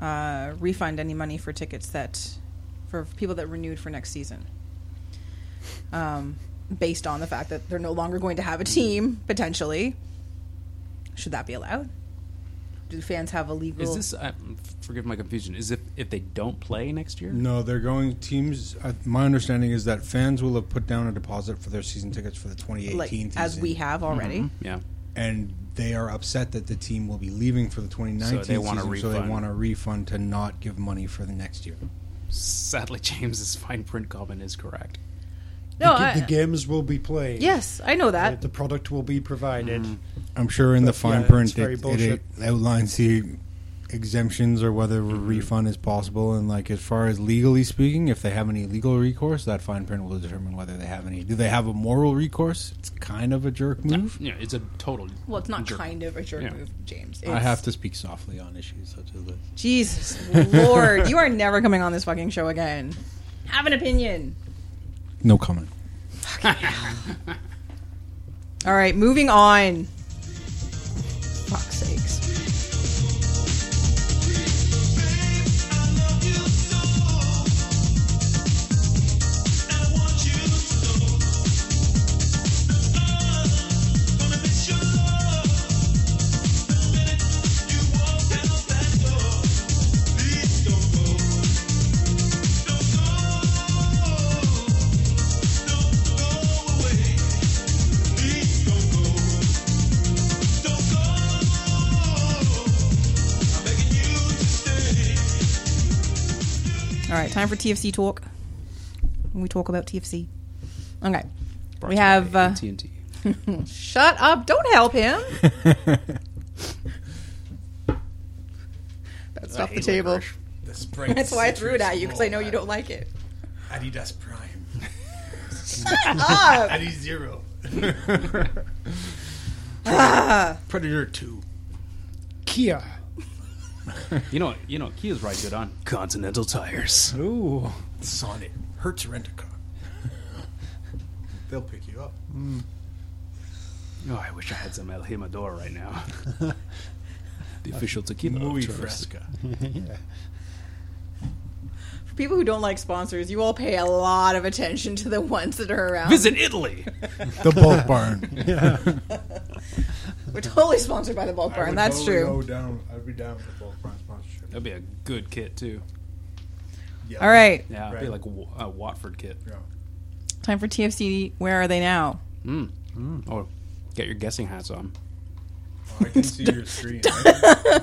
B: uh, refund any money for tickets that for people that renewed for next season. Um, based on the fact that they're no longer going to have a team potentially, should that be allowed? Do fans have a legal?
A: Is this? Uh, forgive my confusion. Is if if they don't play next year?
C: No, they're going teams. Uh, my understanding is that fans will have put down a deposit for their season tickets for the 2018
B: like
C: season,
B: as we have already?
A: Yeah.
C: and they are upset that the team will be leaving for the 2019
A: So they want a
C: season, so they
A: refund.
C: want a refund to not give money for the next year.
A: Sadly, James's fine print comment is correct.
B: No,
D: the, ga-
B: I-
D: the games will be played.
B: yes, I know
D: Uh,
B: that.
D: the product will be provided.
A: Mm.
C: I'm sure in the fine
D: yeah, it's
C: print
D: very
C: it, it
D: bullshit.
C: outlines the exemptions or whether a
G: Mm-hmm.
C: refund is possible. And like as far as legally speaking, if they have any legal recourse, that fine print will determine whether they have any. Do they have a moral recourse? It's kind of a jerk move.
A: Yeah, it's a total.
B: Well, it's not
A: jerk.
B: kind of a jerk
A: Yeah.
B: move, James.
C: I
B: It's-
C: have to speak softly on issues such as this.
B: Jesus Lord, you are never coming on this fucking show again. Have an opinion.
C: No comment.
B: All right, moving on. Fuck's sakes. All right, time for TFC talk. When we talk about TFC. Okay.
A: Brought
B: We
A: to you
B: have,
A: by
B: uh,
A: AT&T.
B: Shut up. Don't help him. That's off the table.
G: The spring
B: That's why I threw it at you because I know you don't like it.
G: Adidas Prime.
B: Ah,
G: Adi Zero. Predator 2.
D: Kia.
A: You know, you know, Kia's right good on.
F: Continental Tires.
D: Ooh.
G: Sonnet. Hertz Rent a Car. They'll pick you up.
F: Oh, I wish I had some El Jimador right now. the official tequila.
G: Muy
F: of choice.
G: fresca.
B: For people who don't like sponsors, you all pay a lot of attention to the ones that are around.
F: Visit Italy.
C: The bulk barn.
B: We're totally sponsored by the bulk barn. That's true.
C: down, I'd be down for bulk barn sponsorship.
A: That'd be a good kit too.
G: Yeah.
B: All right,
A: Yeah, it'd be
C: Right.
A: like a, Wa- a Watford kit.
G: Yeah.
B: time for TFC. Where are they now?
A: Mm. Or get your guessing hats on.
G: Oh, I can see your screen.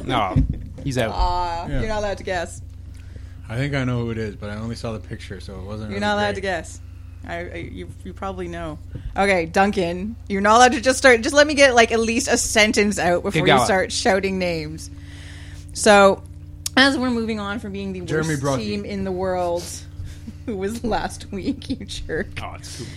A: No, he's out.
B: Uh,
C: Yeah.
B: You're not allowed to guess.
C: I think I know who it is, but I only saw the picture, so it wasn't.
B: You're
C: really
B: not allowed
C: great.
B: to guess. I, I you, you probably know. Okay, Duncan, you're not allowed to just start. Just let me get like at least a sentence out before you
A: going.
B: start shouting names. So, as we're moving on from being the
C: Jeremy
B: worst
C: Brody.
B: team in the world, who was last week, you jerk.
A: oh, it's cool.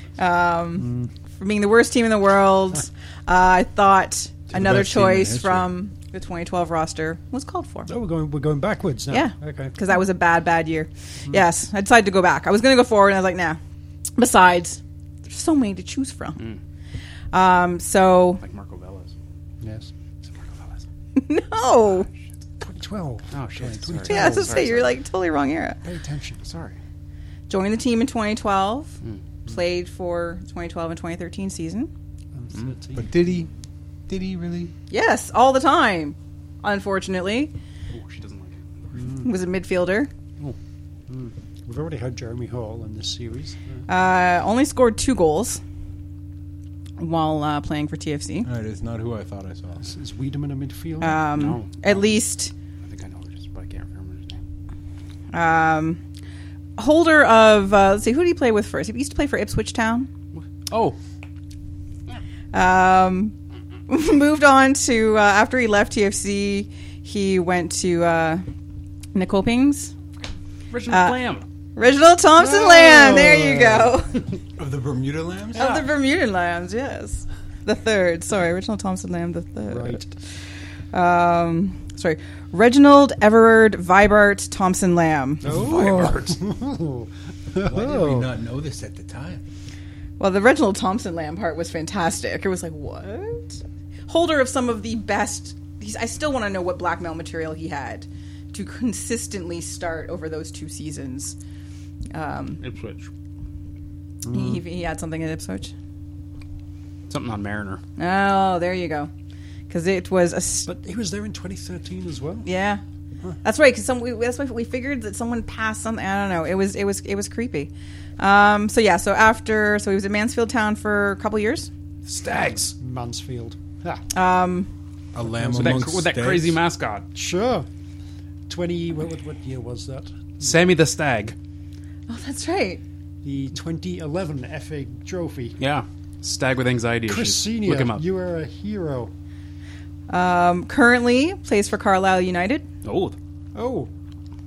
B: for being the worst team in the world. uh, I thought another
C: best team in
B: choice
C: history.
B: from the 2012 roster was called for.
D: Oh, we're going. We're going backwards now.
B: Yeah,
D: Okay.
B: because that was a bad, bad year. Yes, I decided to go back. I was going to go forward, and I was like, nah. Besides, there's so many to choose from. Um, so
A: like Marco Velas.
D: Yes.
A: Is it Marco Velas?
B: no,
D: 2012.
A: Oh shit! Sorry.
B: yeah, I was gonna
A: Sorry,
B: say you're like totally wrong era.
D: Pay attention.
A: sorry.
B: Joined the team in 2012, played for 2012 and 2013 season.
A: Mm.
D: I'm 13.
C: But did he? Did he really?
B: Yes, all the time. Unfortunately,
A: Oh, she doesn't like it.
B: was a midfielder.
D: We've already had Jeremy Hall in this series.
B: Uh, only scored two goals while uh, playing for TFC.
C: No, it is not who I thought I saw.
D: Is, is Wiedemann a midfielder?
B: Um,
A: No.
B: At least
A: I think I know who it is, but I can't remember his name.
B: um, holder of uh, let's see, who did he play with first? He used to play for Ipswich Town.
A: Oh,
B: Um, moved on to uh, after he left TFC, he went to uh, Nicopings.
A: Reginald Lamb.
B: Reginald Thompson Lamb. There you go.
C: Of Oh, the Bermuda Lambs?
B: Of the Bermudan Lambs, yes. The third. Sorry, Reginald Thompson Lamb, the third.
D: right.
B: um, sorry, Reginald Everard Vibart Thompson Lamb.
D: Oh.
C: Why did we not know this at the time?
B: Well, the Reginald Thompson Lamb part was fantastic. It was like, what? Holder of some of the best. He's, I still want to know what blackmail material he had to consistently start over those two seasons. Um,
A: Ipswich.
B: he, he had something at Ipswich.
A: Something on Mariner.
B: Oh, there you go. Because it was a. s-
D: But he was there in 2013 as well.
B: Yeah, that's right. Because some we, that's why we figured that someone passed something. I don't know. It was it was it was creepy. Um, so yeah. So after so he was in Mansfield Town for a couple years.
A: Stags.
D: Mansfield. Ah,
B: Um,
C: A lamb
A: With that,
C: amongst
A: with that
C: stags?
A: crazy mascot,
D: sure. 20. What, what, what year was that?
A: Sammy the Stag.
B: Oh, that's right.
D: The 2011 FA Trophy.
A: Yeah, Stag with anxiety
D: Chris
A: issues. Look him
D: Senior,
A: up.
D: you are a hero.
B: Um, currently plays for Carlisle United.
A: oh,
D: Oh,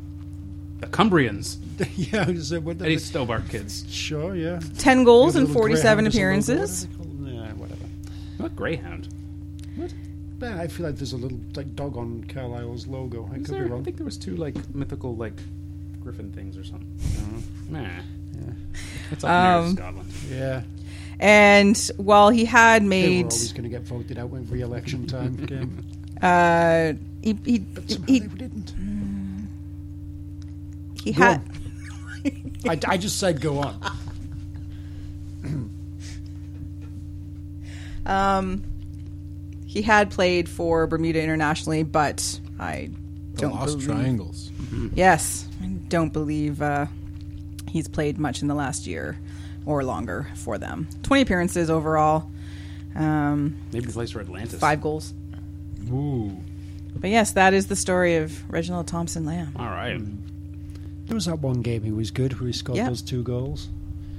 A: the Cumbrians.
D: yeah. is it- what the-
A: Eddie Stobart kids.
D: Sure, yeah.
B: Ten goals
D: Little
B: and forty-seven
D: greyhound or
B: appearances.
D: something, whatever they call them.
A: What Greyhound?
D: Yeah, whatever. But I feel like there's a little like dog on Carlisle's logo. I could
A: Is there-
D: be
A: I
D: wrong.
A: think there was two like mythical like griffin things or something. Nah, it's up near
B: Um,
A: Scotland.
D: Yeah,
B: And while he had
D: they were
B: made,
D: always going to get voted out when re-election time came.
B: uh, he he
D: But somehow
B: he,
D: they didn't.
B: he had.
D: I, I just said go on.
B: Um, he had played for Bermuda internationally, but I
C: The
B: don't
C: lost
B: believe-
C: triangles.
B: Yes, I don't believe uh, he's played much in the last year or longer for them. Twenty appearances overall, um,
A: Maybe the place for Atlantis.
B: five goals.
C: Ooh.
B: But yes, that is the story of Reginald Thompson Lamb.
A: All right.
D: There was that one game he was good where he scored
B: Yeah.
D: those two goals.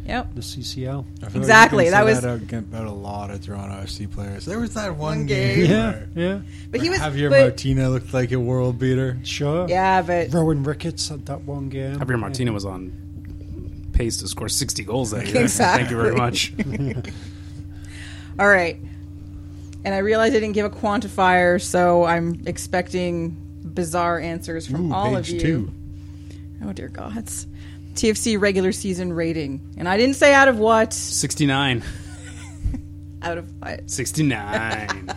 B: Yep.
D: The CCL.
C: I feel
B: Exactly,
C: Like
B: that
C: you can
B: was-
C: say that was about a lot of Toronto FC players. There was that one,
B: One
C: game.
B: game.
D: Yeah,
C: where-
D: yeah,
B: But he was.
C: Javier
B: but-
C: Martina looked like a world beater.
D: sure.
B: yeah, but
D: Rowan Ricketts had that one game.
A: Javier Martina was on pace to score 60 goals that year.
B: Exactly.
A: Thank you very much.
B: All right. And I realized I didn't give a quantifier, so I'm expecting bizarre answers from
C: Ooh,
B: all
C: page
B: of you.
C: two.
B: Oh dear gods. TFC regular season rating. And I didn't say out of what.
A: 69.
B: out of what?
A: 69.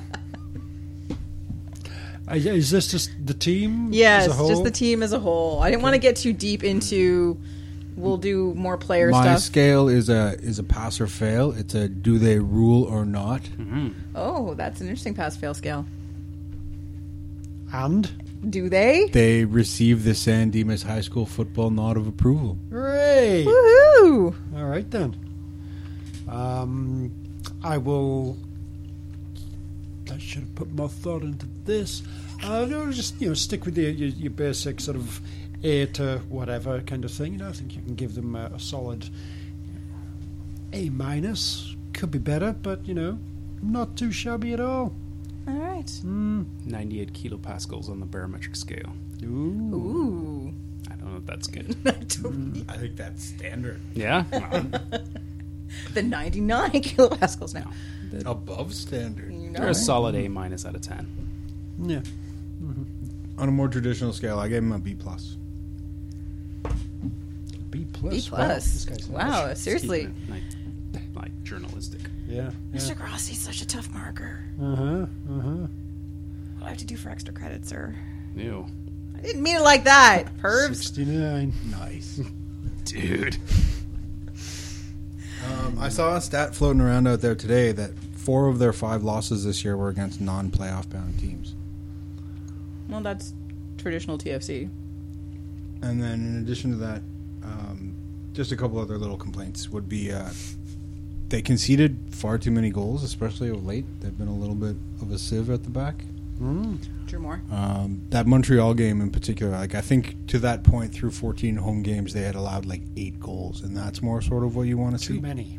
D: Uh, yeah, is this just the team?
B: Yes,
D: as a whole?
B: just the team as a whole. I didn't want to get too deep into. We'll do more player
C: My
B: stuff.
C: scale is a is a pass or fail. It's a do they rule or not.
B: oh, that's an interesting pass fail scale.
D: And
B: Do they?
C: They receive the San Dimas High School football nod of approval.
D: hooray!
B: Woohoo!
D: All right then. Um, I will. I should have put more thought into this. Uh, no, just you know, stick with your, your, your basic sort of A to whatever kind of thing. You know, I think you can give them a, a solid A minus. Could be better, but you know, not too shabby at all.
B: All right.
A: 98 kilopascals on the barometric scale.
D: Ooh.
B: Ooh.
A: I don't know if that's good.
G: I think that's standard.
A: Yeah?
B: the 99 kilopascals now.
G: Above standard.
B: You know,
A: They're a
B: right?
A: solid A minus out of 10.
D: Yeah.
C: On a more traditional scale, I gave him a B plus.
D: B plus.
B: B
D: Wow,
B: plus.
D: this guy's
B: Wow, seriously.
A: Keeping it, Like, like journalistic.
D: Yeah.
B: Mr. Grossi's such a tough marker.
D: Uh
C: Uh-huh,
D: huh. Uh huh.
B: What do I have to do for extra credit, sir?
A: Ew.
B: I didn't mean it like that, pervs.
D: Sixty nine.
G: Nice.
A: Dude.
C: Um, I saw a stat floating around out there today that four of their five losses this year were against non-playoff bound teams.
B: Well, that's traditional TFC.
C: And then, in addition to that, um, just a couple other little complaints would be uh, they conceded far too many goals, especially of late. They've been a little bit of a sieve at the back.
B: Drew Moore.
C: Um, that Montreal game in particular, like I think to that point through 14 home games, they had allowed like eight goals, and that's more sort of what you want to see.
D: Too many.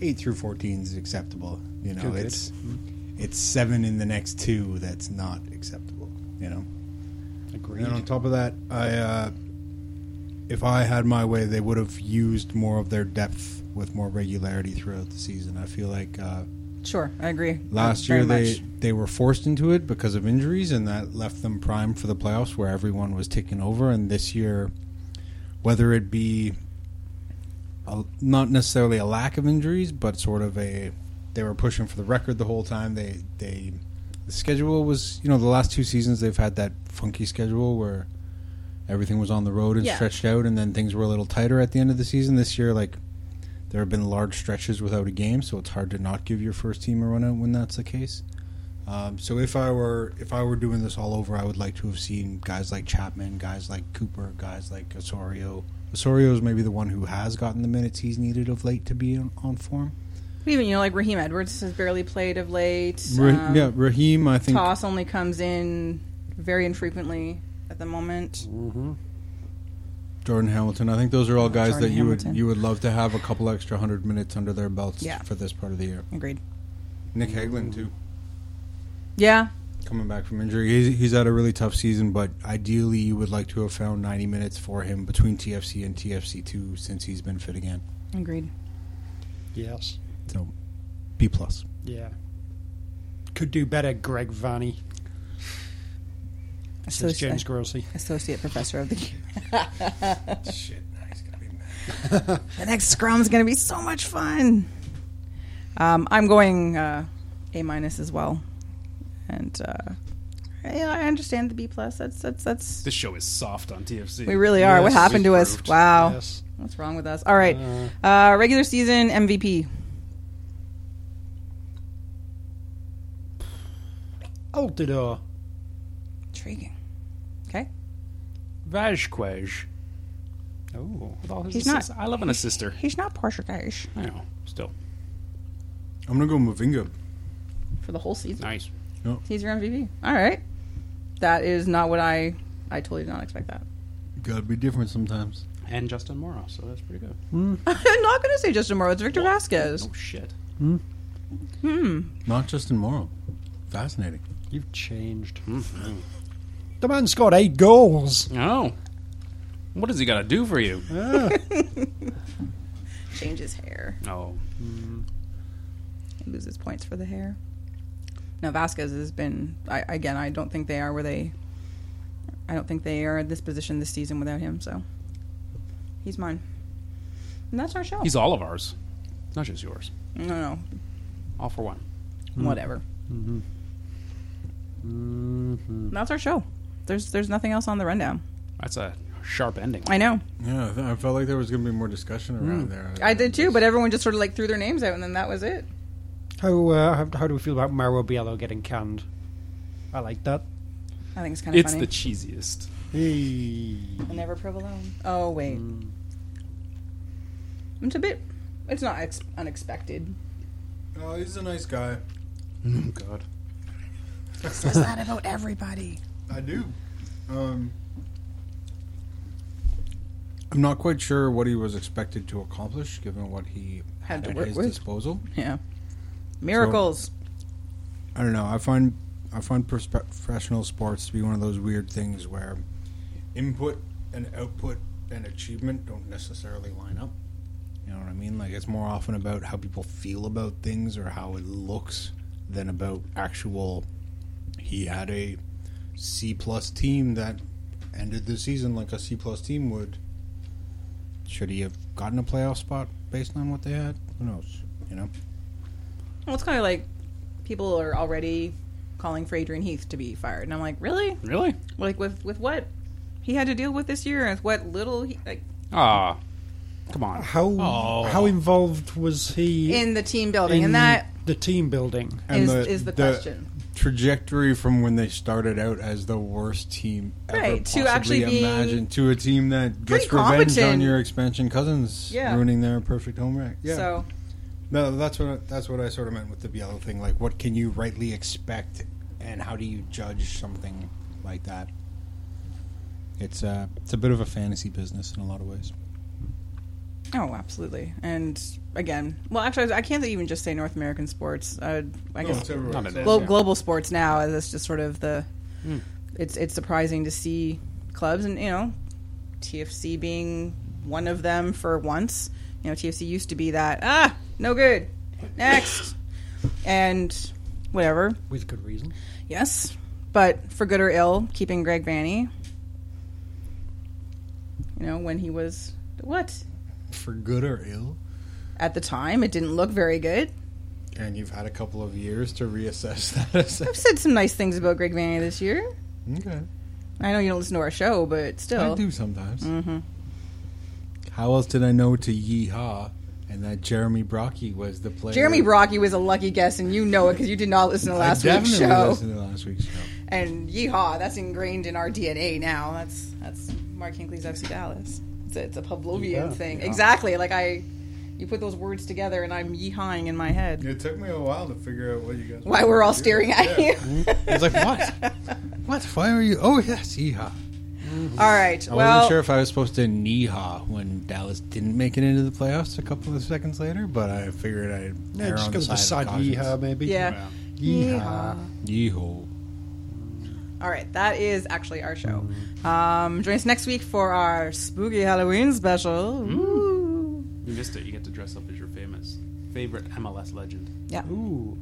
C: Eight through 14 is acceptable. You know,
D: Good, Mm-hmm. good.
C: it's it's seven in the next two that's not acceptable. You know.
D: Agreed.
C: And on top of that, I, uh, if I had my way, they would have used more of their depth with more regularity throughout the season. I feel like uh,
B: Sure, I agree.
C: last
B: Very
C: year they
B: much.
C: they were forced into it because of injuries, and that left them primed for the playoffs, where everyone was taking over. And this year, whether it be a, not necessarily a lack of injuries, but sort of a they were pushing for the record the whole time. They they the schedule was you know the last two seasons they've had that funky schedule where everything was on the road and
B: Yeah.
C: stretched out, and then things were a little tighter at the end of the season. This year, like there have been large stretches without a game, so it's hard to not give your first team a run out when that's the case. Um, so if I were if I were doing this all over, I would like to have seen guys like Chapman, guys like Cooper, guys like Osorio. Osorio is maybe the one who has gotten the minutes he's needed of late to be on, on form.
B: Even, you know, like Raheem Edwards has barely played of late. Um,
C: yeah, Raheem, I think
B: Toss only comes in very infrequently at the moment.
C: Jordan Hamilton. I think those are all guys
B: Jordan
C: that you
B: Hamilton.
C: would you would love to have a couple extra hundred minutes under their belts
B: Yeah.
C: for this part of the year.
B: Agreed.
C: Nick Haglin too.
B: Yeah,
C: coming back from injury. He's, he's had a really tough season, but ideally, you would like to have found 90 minutes for him between TFC and TFC2 since he's been fit again.
B: agreed.
D: yes.
C: So, B plus.
D: Yeah. Could do better, Greg Vanny. Says
B: Associ-
D: James Grossi.
B: associate professor of the year.
G: Shit, now he's gonna be mad.
B: The next scrum's going to be so much fun. Um, I'm going uh, A minus as well, and uh, yeah, I understand the B plus. That's that's that's.
A: This show is soft on TFC.
B: We really are. what
D: Yes,
B: happened to us?
A: improved.
B: Wow.
D: Yes.
B: What's wrong with us? All right. Uh, regular season MVP.
D: Altidore.
B: Intriguing. Okay.
A: Vajquej.
D: Oh.
A: With all his
B: He's not-
A: assists. I love an assister.
B: He's not Porsche Cash
A: I know. Still.
C: I'm going to go Mavinga.
B: for the whole season.
A: Nice.
B: He's your MVP. All right. That is not what I. I totally did not expect that.
C: Got to be different sometimes.
A: And Justin Morrow, so that's pretty good.
B: I'm not going to say Justin Morrow. It's Victor Vasquez.
A: Oh, shit.
C: Not Justin Morrow. Fascinating.
D: You've changed. Mm-hmm. The man scored eight goals.
A: Oh. What does he got to do for you?
B: Change his hair.
A: Oh.
B: He loses points for the hair. Now Vasquez has been. I, again, I don't think they are where they. I don't think they are in this position this season without him. So he's mine, and that's our show.
A: He's all of ours. Not just yours.
B: no, no,
A: All for one.
B: Whatever.
A: Mm-hmm.
D: Mm-hmm.
B: That's our show. There's there's nothing else on the rundown.
A: That's a sharp ending.
B: I know.
C: Yeah, I, th- I felt like there was going to be more discussion around there.
B: I did too, but everyone just sort of like threw their names out and then that was it.
D: How, uh, how how do we feel about Mario Biello getting canned? I like that.
B: I think it's kind of
A: It's
B: funny.
A: the cheesiest.
D: Hey.
B: I never provolone. Oh wait,
A: Mm.
B: it's a bit. It's not ex- unexpected.
C: Oh, he's a nice guy.
A: God.
B: Says that about everybody.
C: I do. Um, I'm not quite sure what he was expected to accomplish, given what he
B: Had
C: had,
B: to
C: at
B: work
C: his
B: with.
C: disposal.
B: Yeah, miracles.
C: I don't know. I find I find perspe- professional sports to be one of those weird things where input and output and achievement don't necessarily line up. You know what I mean? Like it's more often about how people feel about things or how it looks than about actual. He had a C plus team that ended the season like a C plus team would. Should he have gotten a playoff spot based on what they had? Who knows? You know.
B: Well, it's kind of like people are already calling for Adrian Heath to be fired, and I'm like, really?
A: Really?
B: Like with with what he had to deal with this year, and with what little he, like
A: Ah, come on.
D: How how involved was he
B: in the team building, and that
D: the team building?
B: is is the question.
C: trajectory from when they started out as the worst team ever
B: Right, to
C: possibly
B: actually being
C: imagine to a team that
B: pretty
C: gets revenge on
B: competent.
C: your expansion cousins
B: Yeah.
C: ruining their perfect home rec. Yeah,
B: So
C: no, that's what that's what I sort of meant with the Biello thing. Like, what can you rightly expect, and how do you judge something like that? It's uh, it's a bit of a fantasy business in a lot of ways.
B: Oh, absolutely. And again, well, actually, I can't even just say North American sports. Uh, I guess
A: Not in this.
B: glo-
A: yeah.
B: global sports now as it's just sort of the.
C: Hmm.
B: It's it's surprising to see clubs and you know, TFC being one of them for once. You know, TFC used to be that ah no good next and whatever
D: With good reason.
B: yes, but for good or ill, keeping Greg Vanny. You know when he was what
C: For good or ill,
B: at the time it didn't look very good.
C: and you've had a couple of years to reassess that.
B: I've said some nice things about Greg Vanny this year.
C: okay.
B: I know you don't listen to our show, but still. Mm-hmm.
C: I do sometimes. How else did I know to yeehaw and that Jeremy Brocky was the player?
B: Jeremy Brocky was a lucky guess, and you know it because you did not listen to last
C: I
B: week's
C: definitely
B: show.
C: listened to last week's show.
B: And yeehaw, that's ingrained in our DNA now. That's that's Mark Hinckley's FC Dallas. It's a, it's a Pavlovian thing, exactly. Like I, you put those words together, and I'm yeehawing in my head.
G: It took me a while to figure out what you guys.
B: Why we're all staring at you.
C: I was like, what? what? Why are you? Oh yes, yeehaw.
B: All right.
C: I
B: well,
C: wasn't sure if I was supposed to knee-haw when Dallas didn't make it into the playoffs a couple of seconds later, but I figured I'd
D: Yeah,
C: err
D: just
C: on
D: go
C: the
D: with the
C: side
D: side
C: of caution.
D: yeehaw, maybe.
B: yeah.
D: Yeehaw.
C: Yeehaw.
B: All right, that is actually our show.
C: Mm-hmm.
B: Um, join us next week for our spooky Halloween special.
C: Mm-hmm.
B: Ooh.
A: You missed it. You get to dress up as your famous favorite MLS legend.
B: Yeah.
D: Ooh.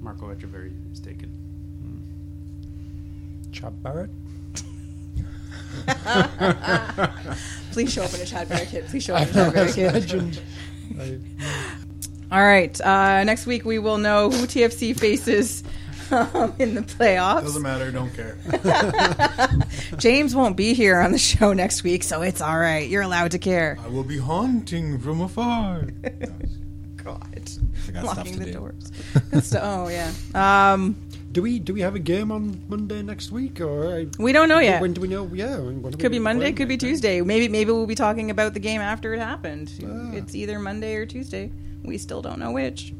A: Marco Echeverry is taken.
D: Chad Barrett.
B: Please show up in a Chad Barrett kit. Please show up in a Chad Barrett kit.
D: Legend.
B: All right. Uh, next week we will know who TFC faces um, in the playoffs.
G: Doesn't matter. Don't care.
B: James won't be here on the show next week, so it's all right. You're allowed to care.
G: I will be haunting from afar.
B: God,
C: I got stuff
B: locking
C: to
B: the
C: do.
B: doors. Good stu- oh yeah. Um,
D: Do we do we have a game on Monday next week or uh,
B: we don't know yet.
D: when do we know? Yeah, when do we
B: Could be Monday.
D: when?
B: Could be Tuesday. Maybe maybe we'll be talking about the game after it happened. It's either Monday or Tuesday. We still don't know which.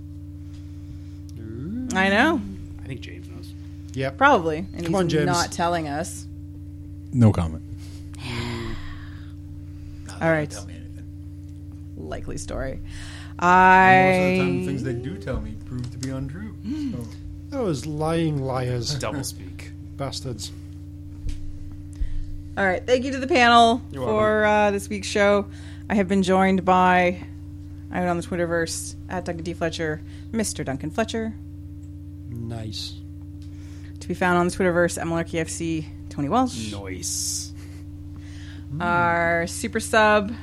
B: I know.
A: I think James knows.
D: Yep.
B: Probably. And
D: Come
B: he's
D: on, James.
B: not telling us.
C: No comment.
B: All right.
G: Tell me anything.
B: Likely story.
G: Most of the time, the
B: I Hmm.
G: things they do tell me prove to be untrue. So,
D: Those lying liars,
A: Double speak.
D: bastards.
B: All right. Thank you to the panel
A: You're
B: for uh, this week's show. I have been joined by out on the Twitterverse at Duncan D Fletcher, Mr. Duncan Fletcher,
D: Nice.
B: to be found on the Twitterverse at Malarkey FC, Tony Welsh.
A: Noise.
B: our super sub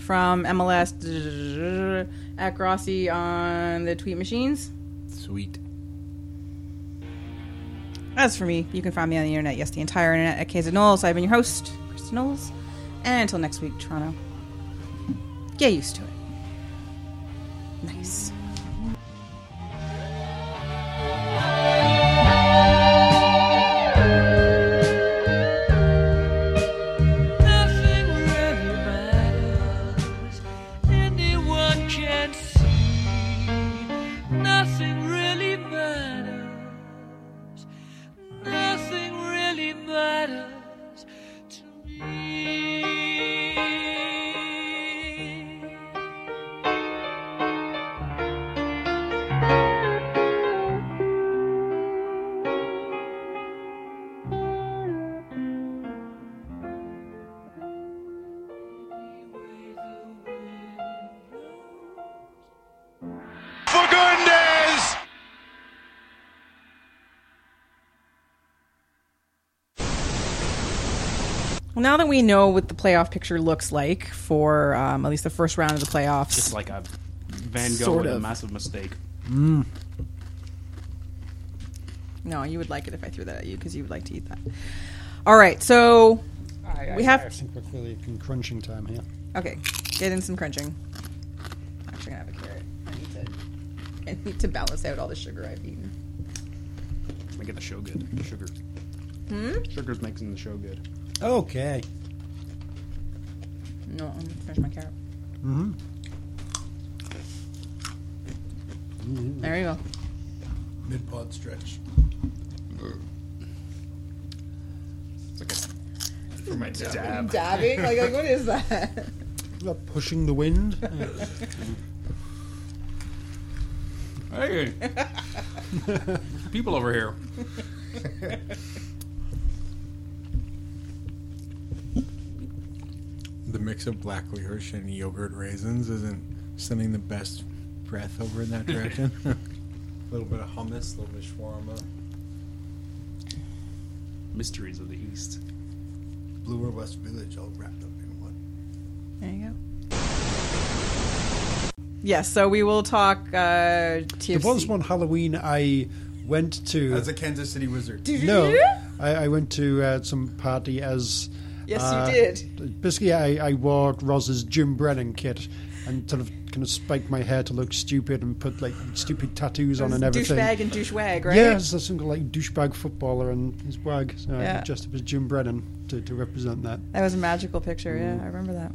B: from MLS at Grossi on the tweet machines.
F: Sweet.
B: As for me, you can find me on the internet, yes, the entire internet, at Kaza Knowles. I've been your host, Kristen Knowles. And until next week, Toronto, get used to it. Nice.
E: Nothing really matters. Anyone can see. Nothing really matters. Nothing really matters to me.
H: For goodness!
B: Well, now that we know what the playoff picture looks like for um, at least the first round of the playoffs,
A: It's like a Van Gogh
B: Sort
A: with a
B: of.
A: massive mistake.
B: No, you would like it if I threw that at you because you would like to eat that. All right, so We have-
D: I think we're clearly in crunching time here.
B: okay, get in some crunching. I'm actually gonna have a carrot. I need to. I need to balance out all the sugar I've eaten.
A: I get the show good. Sugar. Sugar's making the show good.
D: Okay.
B: No, I'm gonna finish my carrot. Mm-hmm. There you go.
C: Mid pod stretch. It's like a. For my dad.
B: Dabbing? Like, like what is that?
D: Not pushing the wind.
A: Hey! People over here.
F: The mix of black licorice and yogurt raisins isn't sending the best breath over in that direction.
C: A little bit of hummus, a little bit of shawarma.
A: Mysteries of the East.
C: Blue or West Village all wrapped up in one.
B: There you go. Yes, so we will talk uh, TFC.
D: there was one Halloween I went to.
C: As a Kansas City Wizard.
D: no, I, I went to uh, some party as.
B: Yes, you
D: uh,
B: did.
D: Basically, I, I wore Roz's Jim Brennan kit and sort of kind of spiked my hair to look stupid and put like stupid tattoos on and everything.
B: Douchebag and douchewag, right?
D: Yes, that's some kind of, like douchebag footballer and his wag. So
B: Yeah.
D: I dressed up as Jim Brennan to, to represent that.
B: That was a magical picture. Yeah, I remember that.